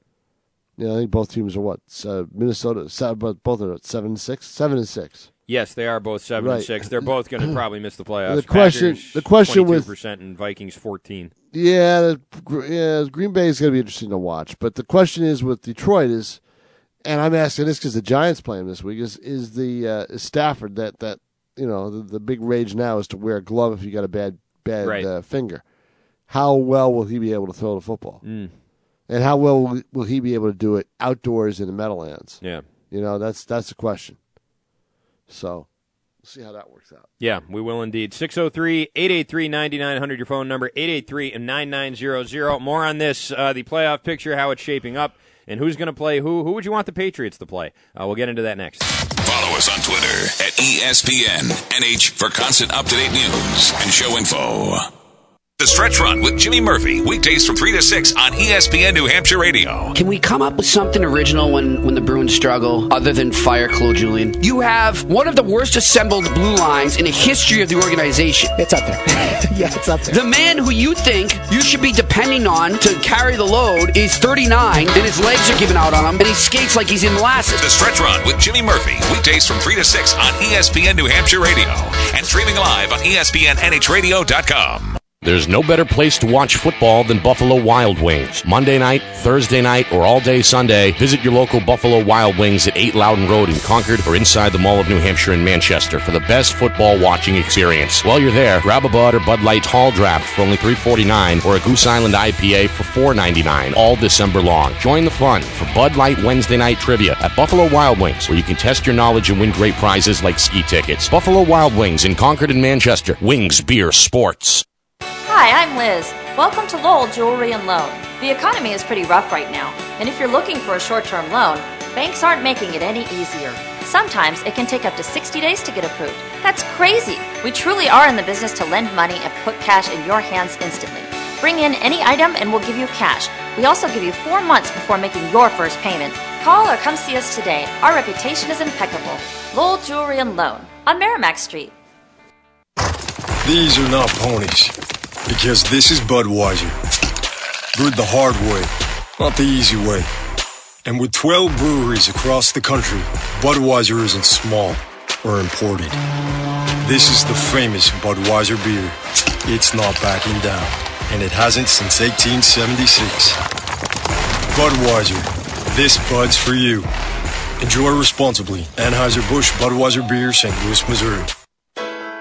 Yeah, I think both teams are what uh, Minnesota, se- but both are at seven and six, seven and six.
Yes, they are both 7 and
Right.
6. They're
[CLEARS THROAT]
both going to probably miss the playoffs.
The question-
Packers,
the question with-
22% and Vikings 14.
Yeah, the- yeah. Green Bay is going to be interesting to watch, but the question is with Detroit is and I'm asking this because the Giants play him this week. Is is the uh, is Stafford that that you know the, the big rage now is to wear a glove if you got a bad bad
Right.
uh, finger. How well will he be able to throw the football?
Mm.
And how well will, will he be able to do it outdoors in the Meadowlands?
Yeah.
You know that's that's the question. So, we'll see how that works out.
Yeah, we will indeed. 603 883 9900, your phone number, 883 and 9900. More on this, uh, the playoff picture, how it's shaping up, and who's going to play who. Who would you want the Patriots to play? Uh, we'll get into that next.
Follow us on Twitter at E ESPN NH for constant up to date news and show info. The Stretch Run with Jimmy Murphy, weekdays from 3 to 6 on E ESPN New Hampshire Radio.
Can we come up with something original when, when the Bruins struggle, other than fire Claude Julien? You have one of the worst assembled blue lines in the history of the organization. It's up there. yeah, it's [LAUGHS] up there. The man who you think you should be depending on to carry the load is 39, and his legs are giving out on him, and he skates like he's in molasses.
The Stretch Run with Jimmy Murphy, weekdays from 3 to 6 on E ESPN New Hampshire Radio and streaming live on E ESPNNHradio.com.
There's no better place to watch football than Buffalo Wild Wings. Monday night, Thursday night, or all day Sunday, visit your local Buffalo Wild Wings at 8 Loudon Road in Concord or inside the Mall of New Hampshire in Manchester for the best football watching experience. While you're there, grab a Bud or Bud Light Hall Draft for only $3.49 or a Goose Island IPA for $4.99 all December long. Join the fun for Bud Light Wednesday Night Trivia at Buffalo Wild Wings where you can test your knowledge and win great prizes like ski tickets. Buffalo Wild Wings in Concord and Manchester. Wings, beer, sports.
Hi, I'm Liz. Welcome to Lowell Jewelry and Loan. The economy is pretty rough right now, and if you're looking for a short term loan, banks aren't making it any easier. Sometimes it can take up to 60 days to get approved. That's crazy! We truly are in the business to lend money and put cash in your hands instantly. Bring in any item and we'll give you cash. We also give you four months before making your first payment. Call or come see us today. Our reputation is impeccable. Lowell Jewelry and Loan on Merrimack Street.
These are not ponies. Because this is Budweiser. Brewed the hard way, not the easy way. And with 12 breweries across the country, Budweiser isn't small or imported. This is the famous Budweiser beer. It's not backing down, and it hasn't since 1876. Budweiser, this Bud's for you. Enjoy responsibly. Anheuser-Busch Budweiser Beer, St. Louis, Missouri.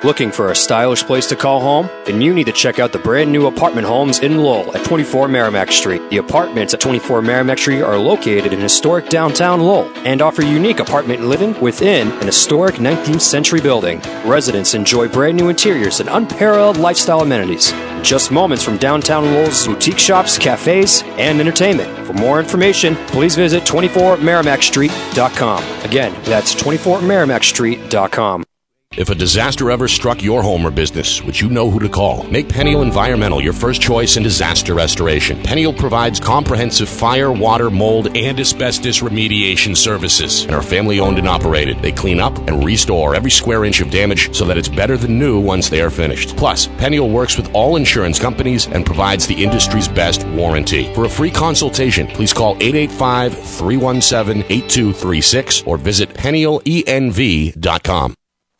Looking for a stylish place to call home? Then you need to check out the brand new apartment homes in Lowell at 24 Merrimack Street. The apartments at 24 Merrimack Street are located in historic downtown Lowell and offer unique apartment living within an historic 19th century building. Residents enjoy brand new interiors and unparalleled lifestyle amenities. Just moments from downtown Lowell's boutique shops, cafes, and entertainment. For more information, please visit 24merrimackstreet.com. Again, that's 24merrimackstreet.com.
If a disaster ever struck your home or business, would you know who to call? Make Peniel Environmental your first choice in disaster restoration. Peniel provides comprehensive fire, water, mold, and asbestos remediation services and are family owned and operated. They clean up and restore every square inch of damage so that it's better than new once they are finished. Plus, Peniel works with all insurance companies and provides the industry's best warranty. For a free consultation, please call 885-317-8236 or visit E pennieleNV.com.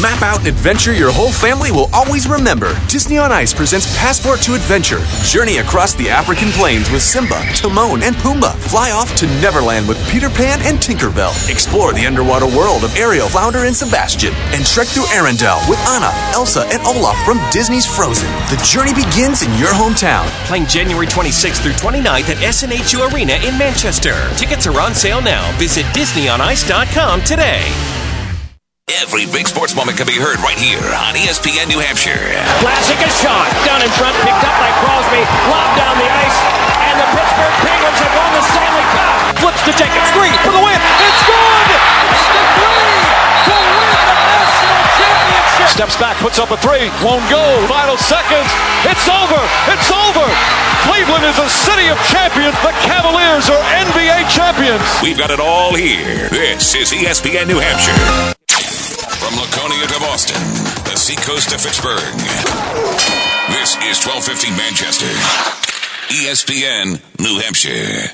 Map out an adventure your whole family will always remember. Disney on Ice presents Passport to Adventure. Journey across the African plains with Simba, Timon, and Pumbaa. Fly off to Neverland with Peter Pan and Tinkerbell. Explore the underwater world of Ariel, Flounder, and Sebastian. And trek through Arendelle with Anna, Elsa, and Olaf from Disney's Frozen. The journey begins in your hometown.
Playing January 26th through 29th at SNHU Arena in Manchester. Tickets are on sale now. Visit DisneyOnIce.com today.
Every big sports moment can be heard right here on E ESPN New Hampshire.
Classic a shot. Down in front, picked up by Crosby, lobbed down the ice, and the Pittsburgh Penguins have won the Stanley Cup. Flips to Jacobs, three for the win. It's good! It's the three to win the national championship! Steps back, puts up a three, won't go. Final seconds. It's over! It's over!
Cleveland is a city of champions. The Cavaliers are NBA champions.
We've got it all here. This is E ESPN New Hampshire. From Laconia to Boston, the seacoast to Pittsburgh. This is 1250 Manchester. E ESPN New Hampshire.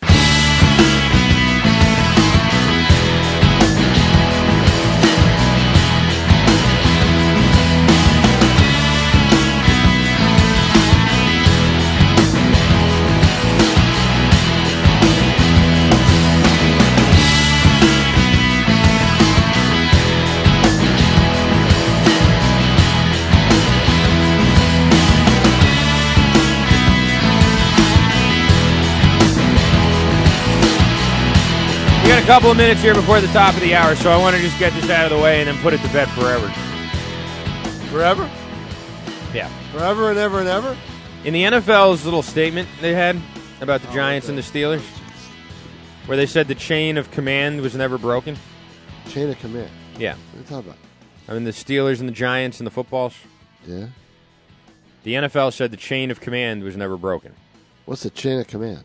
We got a couple of minutes here before the top of the hour, so I want to just get this out of the way and then put it to bed forever.
Forever?
Yeah.
Forever and ever and ever?
In the NFL's little statement they had about
Oh,
the Giants and the Steelers, where they said the chain of command was never broken.
Chain of command.
Yeah.
What are you talking about?
I mean, the Steelers and the Giants and the footballs.
Yeah.
The NFL said the chain of command was never broken.
What's the chain of command?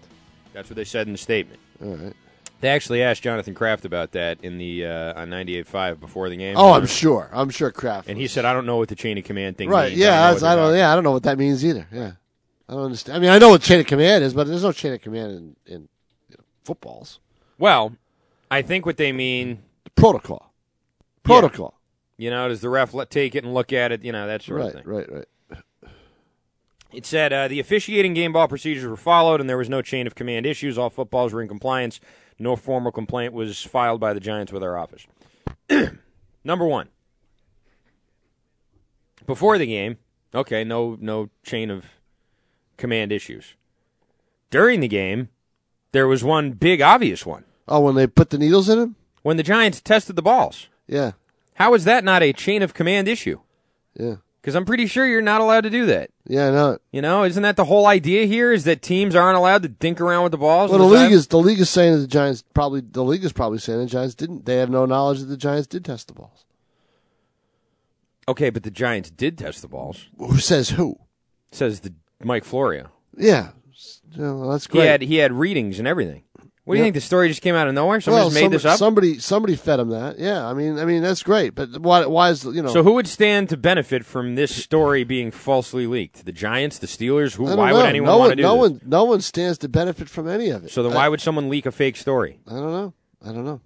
That's what they said in the statement.
All right.
They actually asked Jonathan Kraft about that in the uh, on 98.5 before the game.
Oh, I'm sure. I'm sure Kraft.
And he said, "I don't know what the chain of command thing
Right.
means.
Yeah.
I don't know
That's,
what
I don't. Yeah. I don't know what that means either. Yeah. I don't understand. I mean, I know what chain of command is, but there's no chain of command in, in you know, footballs.
Well, I think what they mean
protocol. Protocol.
You know, does the ref let, take it and look at it? You know, that sort
right.
of thing.
Right. Right.
It said uh, the officiating game ball procedures were followed, and there was no chain of command issues. All footballs were in compliance. No formal complaint was filed by the Giants with our office. [CLEARS THROAT] Number one, before the game, okay, no, no chain of command issues. During the game, there was one big obvious one
Oh, when they put the needles in him.
when the Giants tested the balls.
Yeah.
How is that not a chain of command issue?
Yeah.
Because I'm pretty sure you're not allowed to do that.
Yeah. I know. it.
You know, isn't that the whole idea here? Is that teams aren't allowed to dink around with the balls?
Well,
all
the league
time?
is the league is saying that the Giants probably the league is probably saying the Giants didn't. They have no knowledge that the Giants did test the balls.
okay, but the Giants did test the balls.
Who says who?
Says the Mike Florio.
Yeah. S- yeah, well, that's
He
great.
had he had readings and everything. What do you
Yeah.
think? The story just came out of nowhere. Someone
well,
just made
some-
this up.
Somebody somebody fed him that. Yeah. I mean I mean that's great. But why why is the- you know?
So who would stand to benefit from this story being falsely leaked? The Giants, the Steelers. Who?
I don't
Why
know.
would anyone
no
want
one,
to do
no
this?
one no one stands to benefit from any of it.
So then,
I-
why would someone leak a fake story?
I don't know. I don't know.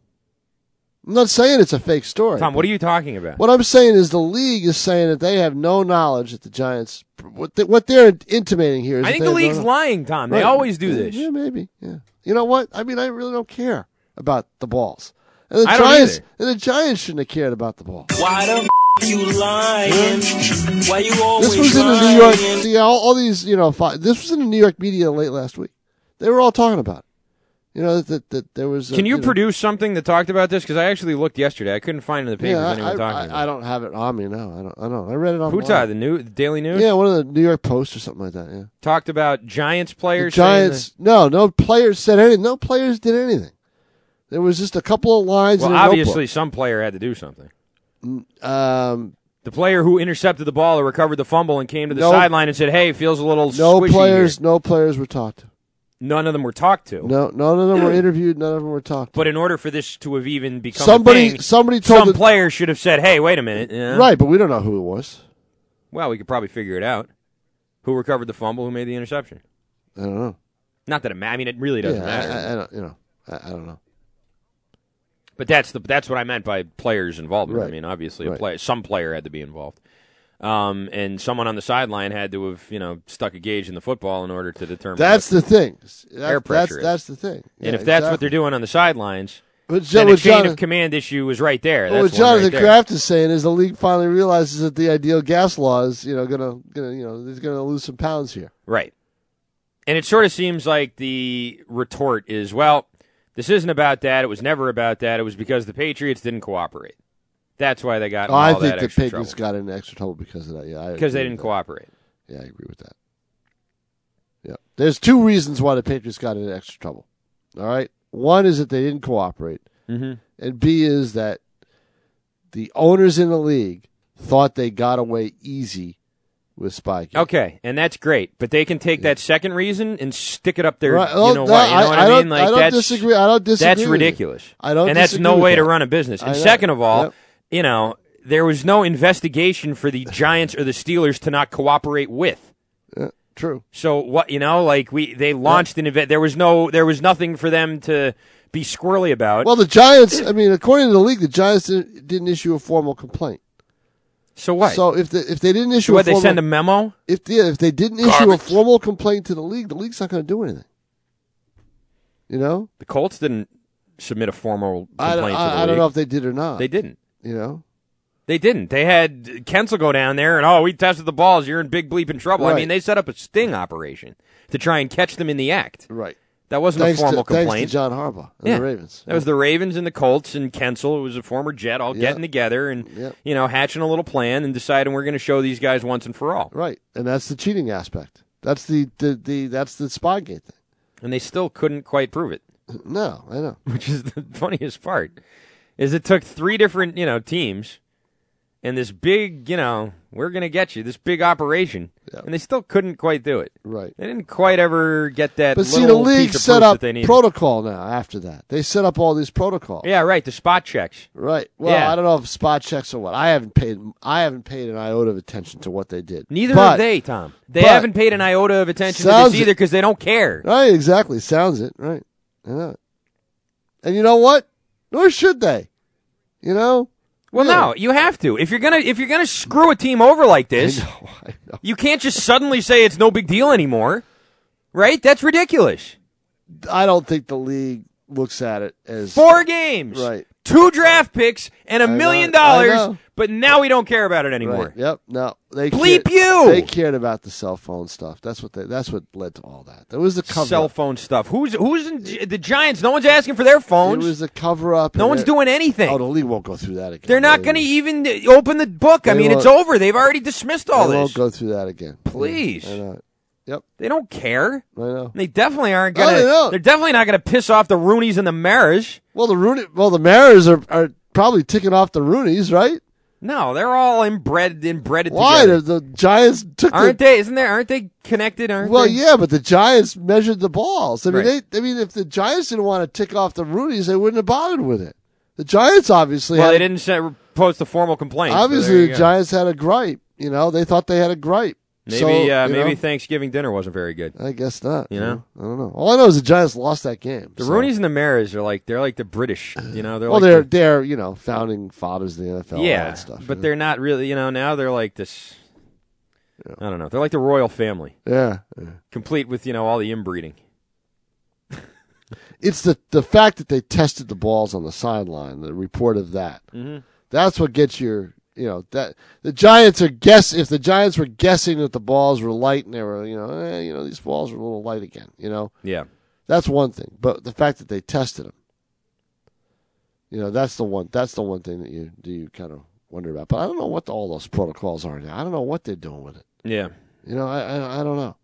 I'm not saying it's a fake story.
Tom, what are you talking about?
What I'm saying is the league is saying that they have no knowledge that the Giants. What, they, what they're intimating here is
I
that
think
they
the
have no
league's
knowledge.
lying, Tom. They
Right.
always do
Yeah,
this.
Yeah, maybe. Yeah. You know what? I mean, I really don't care about the balls. And the
I don't
Giants. and the Giants shouldn't have cared about the ball.
Why the f- you lying? Why you always
This was in the
lying?
New York. See, all, all these, you know, fi- this was in the New York media late last week. They were all talking about it. You know that, that, that there was. a-
Can you,
know-
produce something that talked about this? Because I actually looked yesterday. I couldn't find in the papers
Yeah, I-
anyone
I-
talking
I-
about.
I don't have it on me now. I don't. I don't. I read it on.
Who tied the new the Daily News?
Yeah, one of the New York Post or something like that. Yeah.
talked about Giants
The
players. saying
Giants. No, no players said anything. No players did anything. There was just a couple of
that-
lines.
well,
in a notebook.
obviously, some player had to do something.
Um,
the player who intercepted the ball or recovered the fumble and came to the
No-
sideline and said, "Hey, it feels a little
no
squishy
players.
here."
No players were talked to.
None of them were talked to.
No, none of them were interviewed. None of them were talked.
But in order for this to have even become
Somebody-
a thing,
somebody told
some
the-
player should have said, "Hey, wait a minute." you know?
Right, but we don't know who it was.
Well, we could probably figure it out. Who recovered the fumble? Who made the interception?
I don't know.
Not that it. Ma- I mean, it really doesn't
yeah,
matter.
I, I, I don't. You know. I, I don't know.
But that's the that's what I meant by players involvement. I
Right.
mean, obviously, a
Right.
player, some player had to be involved, um, and someone on the sideline had to have you know stuck a gauge in the football in order to determine
That's
what
the thing. That-
air pressure.
That's, that's
is.
the thing. Yeah,
and if that's what
exactly.
they're doing on the sidelines,
But
then
Jo-
the
with
chain
Jonathan-
of command issue is right there.
Well,
That's
what
one right
Jonathan
there.
Kraft is saying is the league finally realizes that the ideal gas law is, you know, gonna, gonna, you know, he's gonna lose some pounds here.
Right. And it sort of seems like the retort is, well, this isn't about that. It was never about that. It was because the Patriots didn't cooperate. That's why they got in
Oh, I
all
think
that
the
extra
Patriots
trouble.
got in extra trouble because of that. Yeah, I
because they
agree
didn't
with
cooperate.
that. Yeah, I agree with that. Yeah, there's two reasons why the Patriots got in extra trouble. All right, one is that they didn't cooperate,
Mhm.
and B is that the owners in the league thought they got away easy with Spygate.
Okay, and that's great, but they can take that second reason and stick it up their,
Right.
you know,
Oh,
what, you
I-
know what
I
I,
don't-
mean? Like
I don't
that's,
disagree- I don't disagree
That's
with you.
ridiculous.
I don't
and that's
disagree
no
with
way to
that.
run a business.
I
And
know.
second of all,
Yep.
you know, there was no investigation for the Giants or the Steelers to not cooperate with.
true.
So what you know, like we they launched an event. There was no, there was nothing for them to be squirrely about.
Well, the Giants. I mean, according to the league, the Giants didn't, didn't issue a formal complaint.
So what?
So if the, if they didn't issue,
So
a
what, they
formal,
send a memo?
If yeah, if they didn't issue a formal complaint to the league, the league's not going to do anything. You know,
the Colts didn't submit a formal complaint.
I, don't-
to the
I, I don't
league.
know if they did or not.
They didn't.
You know,
They didn't. They had Kensel go down there and oh, we tested the balls. You're in big bleeping trouble. I
Right.
mean, they set up a sting operation to try and catch them in the act.
Right.
That wasn't
Thanks
a formal
to- thanks to
complaint.
John Harbaugh and the Ravens.
That was the Ravens and the Colts and Kensel, who was a former Jet, all getting together and you know hatching a little plan and deciding we're going to show these guys once and for all.
right, and that's the cheating aspect. That's the the, the that's the Spygate thing.
And they still couldn't quite prove it.
[CLEARS THROAT] No, I know.
[LAUGHS] Which is the funniest part is it took three different you know teams and this big you know we're going to get you this big operation and they still couldn't quite do it.
Right.
They didn't quite ever get that.
But see, the
little
league
piece of
set
proof
up
that they needed.
protocol now. After that, they set up all these protocols.
Yeah, right. The spot checks.
Right. Well,
Yeah.
I don't know if spot checks or what. I haven't paid. I haven't paid an iota of attention to what they did.
Neither
But-
have they, Tom. They
but-
haven't paid an iota of attention to
Sounds-
this either because they don't care.
Right. Exactly. Sounds it. Right. I know. it. And you know what? Nor should they. You know.
Well,
Really.
no, you have to. If you're gonna if you're gonna screw a team over like this, you can't just suddenly say it's no big deal anymore, right? That's ridiculous.
I don't think the league looks at it as
Four games,
Right.
Two draft picks and a
I know,
million
I
dollars,
know.
but now we don't care about it anymore.
Right. Yep. No. They
Bleep
cared-
you!
They cared about the cell phone stuff. That's what they. That's what led to all that. That was the cover.
Cell phone stuff. Who's who's in G- the Giants? No one's asking for their phones.
It was a cover up.
No one's doing anything.
Oh, the league won't go through that again.
They're not going to even open the book. I
They
mean, it's
won't-
over. They've already dismissed all
they
this.
won't go through that again.
Please.
I know. Yep.
They don't care.
I know.
They definitely aren't
Oh, No,
gonna.
they don't.
are definitely not gonna piss off the Roonies and the Maras.
Well, the Rooney. Well, the Mariners are, are probably ticking off the Roonies, right?
No, they're all inbred, inbred
Why
together.
the, the Giants took?
Aren't
the,
they? Isn't there? Aren't they connected? Aren't
Well,
they?
yeah, but the Giants measured the balls. I mean,
Right.
they. I mean, if the Giants didn't want to tick off the Roonies, they wouldn't have bothered with it. The Giants obviously.
Well,
had,
they didn't say, post a formal complaint. so there
Obviously,
you
the
go.
Giants had a gripe. You know, they thought they had a gripe.
Maybe,
So,
uh,
you
maybe
know,
Thanksgiving dinner wasn't very good.
I guess not.
You know?
I don't know. All I know is the Giants lost that game.
The
so-
Roonies and the Maras are like they're like the British. You know, they're
well,
like
they're
the-
they're you know founding fathers of the NFL. and all
yeah,
that stuff.
but they're not really. You know, now they're like this. I don't know. They're like the royal family,
Yeah,
complete with you know all the inbreeding.
it's the the fact that they tested the balls on the sideline. The report of that.
Mhm.
That's what gets your you know that the Giants are guess if the Giants were guessing that the balls were light and they were you know eh, you know these balls were a little light again. You know
Yeah.
that's one thing, but the fact that they tested them. You know that's the one. That's the one thing that you do you kind of wonder about. But I don't know what all those protocols are now. I don't know what they're doing with it.
Yeah.
You know, I, I I don't know.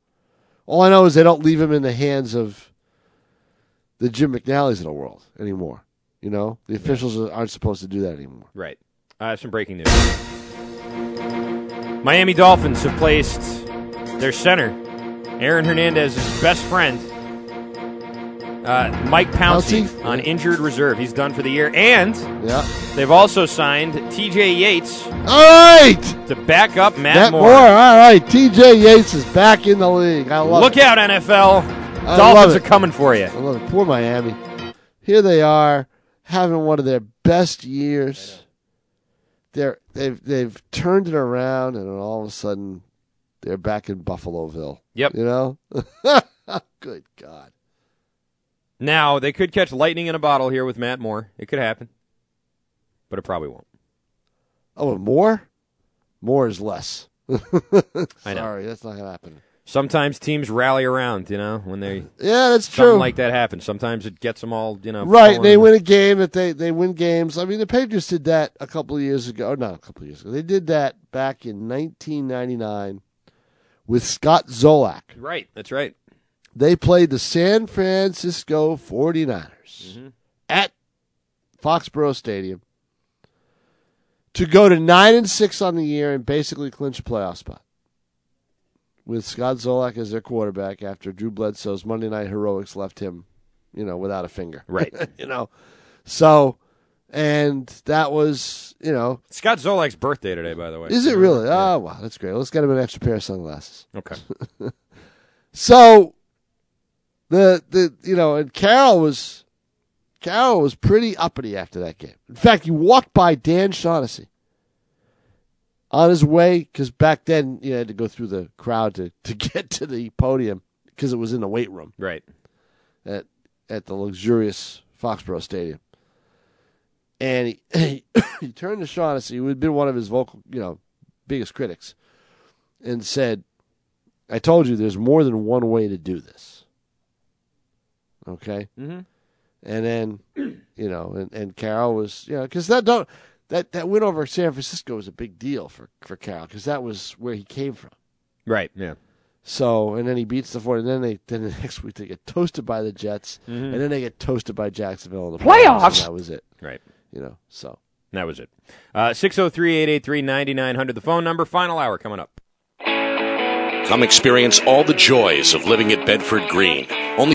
All I know is they don't leave him in the hands of the Jim McNally's of the world anymore. You know, the officials aren't supposed to do that anymore.
Right. I have some breaking news. Miami Dolphins have placed their center, Aaron Hernandez's best friend, uh, Mike Pouncey, on injured reserve. He's done for the year. And
Yeah.
they've also signed TJ Yates
All right.
to back up Matt,
Matt
Moore.
Moore. All right. TJ Yates is back in the league. I love
Look
it.
out, NFL.
I
Dolphins
love it.
are coming for you.
I love it. Poor Miami. Here they are having one of their best years. They're they've they've turned it around and all of a sudden they're back in Buffaloville.
Yep.
You know? [LAUGHS] Good God.
[LAUGHS] Now, they could catch lightning in a bottle here with Matt Moore. It could happen, but it probably won't.
Oh, and more? More is less.
I know.
Sorry, that's not gonna happen.
Sometimes teams rally around, you know, when they
Yeah, that's
something
true.
like that happens. Sometimes it gets them all, you
[LAUGHS]
know,
Right,
pulling-
they win a game that they, they win games. I mean, the Patriots did that a couple of years ago. Oh, Not a couple of years ago. They did that back in 1999 with Scott Zolak.
Right, that's right.
They played the San Francisco 49ers
Mm-hmm.
at Foxborough Stadium to go to 9 and 6 on the year and basically clinch a playoff spot. with Scott Zolak as their quarterback after Drew Bledsoe's Monday night heroics left him, you know, without a finger.
Right.
[LAUGHS] you know. So and that was, you know,
Scott Zolak's birthday today, by the way. Mm-hmm.
is it really? Oh, wow, that's great. Let's get him an extra pair of sunglasses.
Okay.
[LAUGHS] So the the you know, and Carroll was Carroll was pretty uppity after that game. In fact, he walked by Dan Shaughnessy on his way because back then you had to go through the crowd to, to [LAUGHS] get to the podium because it was in the weight room.
Right.
At at the luxurious Foxborough Stadium. And he, [COUGHS] he, turned to Shaughnessy, who had been one of his vocal, you know, biggest critics, and said, I told you there's more than one way to do this. Okay?
Mhm.
And then, [CLEARS THROAT] you know, and, and Carroll was, you know, because that don't that that win over San Francisco was a big deal for for Carroll because that was where he came from.
Right. Yeah.
So and then he beats the 40, and then they then the [LAUGHS] next week they get toasted by the Jets,
Mhm.
and then they get toasted by Jacksonville in the
Playoffs?
and That was it.
Right.
You know. So
that was it. Uh, 603 883 9900, the phone number. Final hour coming up.
Come experience all the joys of living at Bedford Green. Only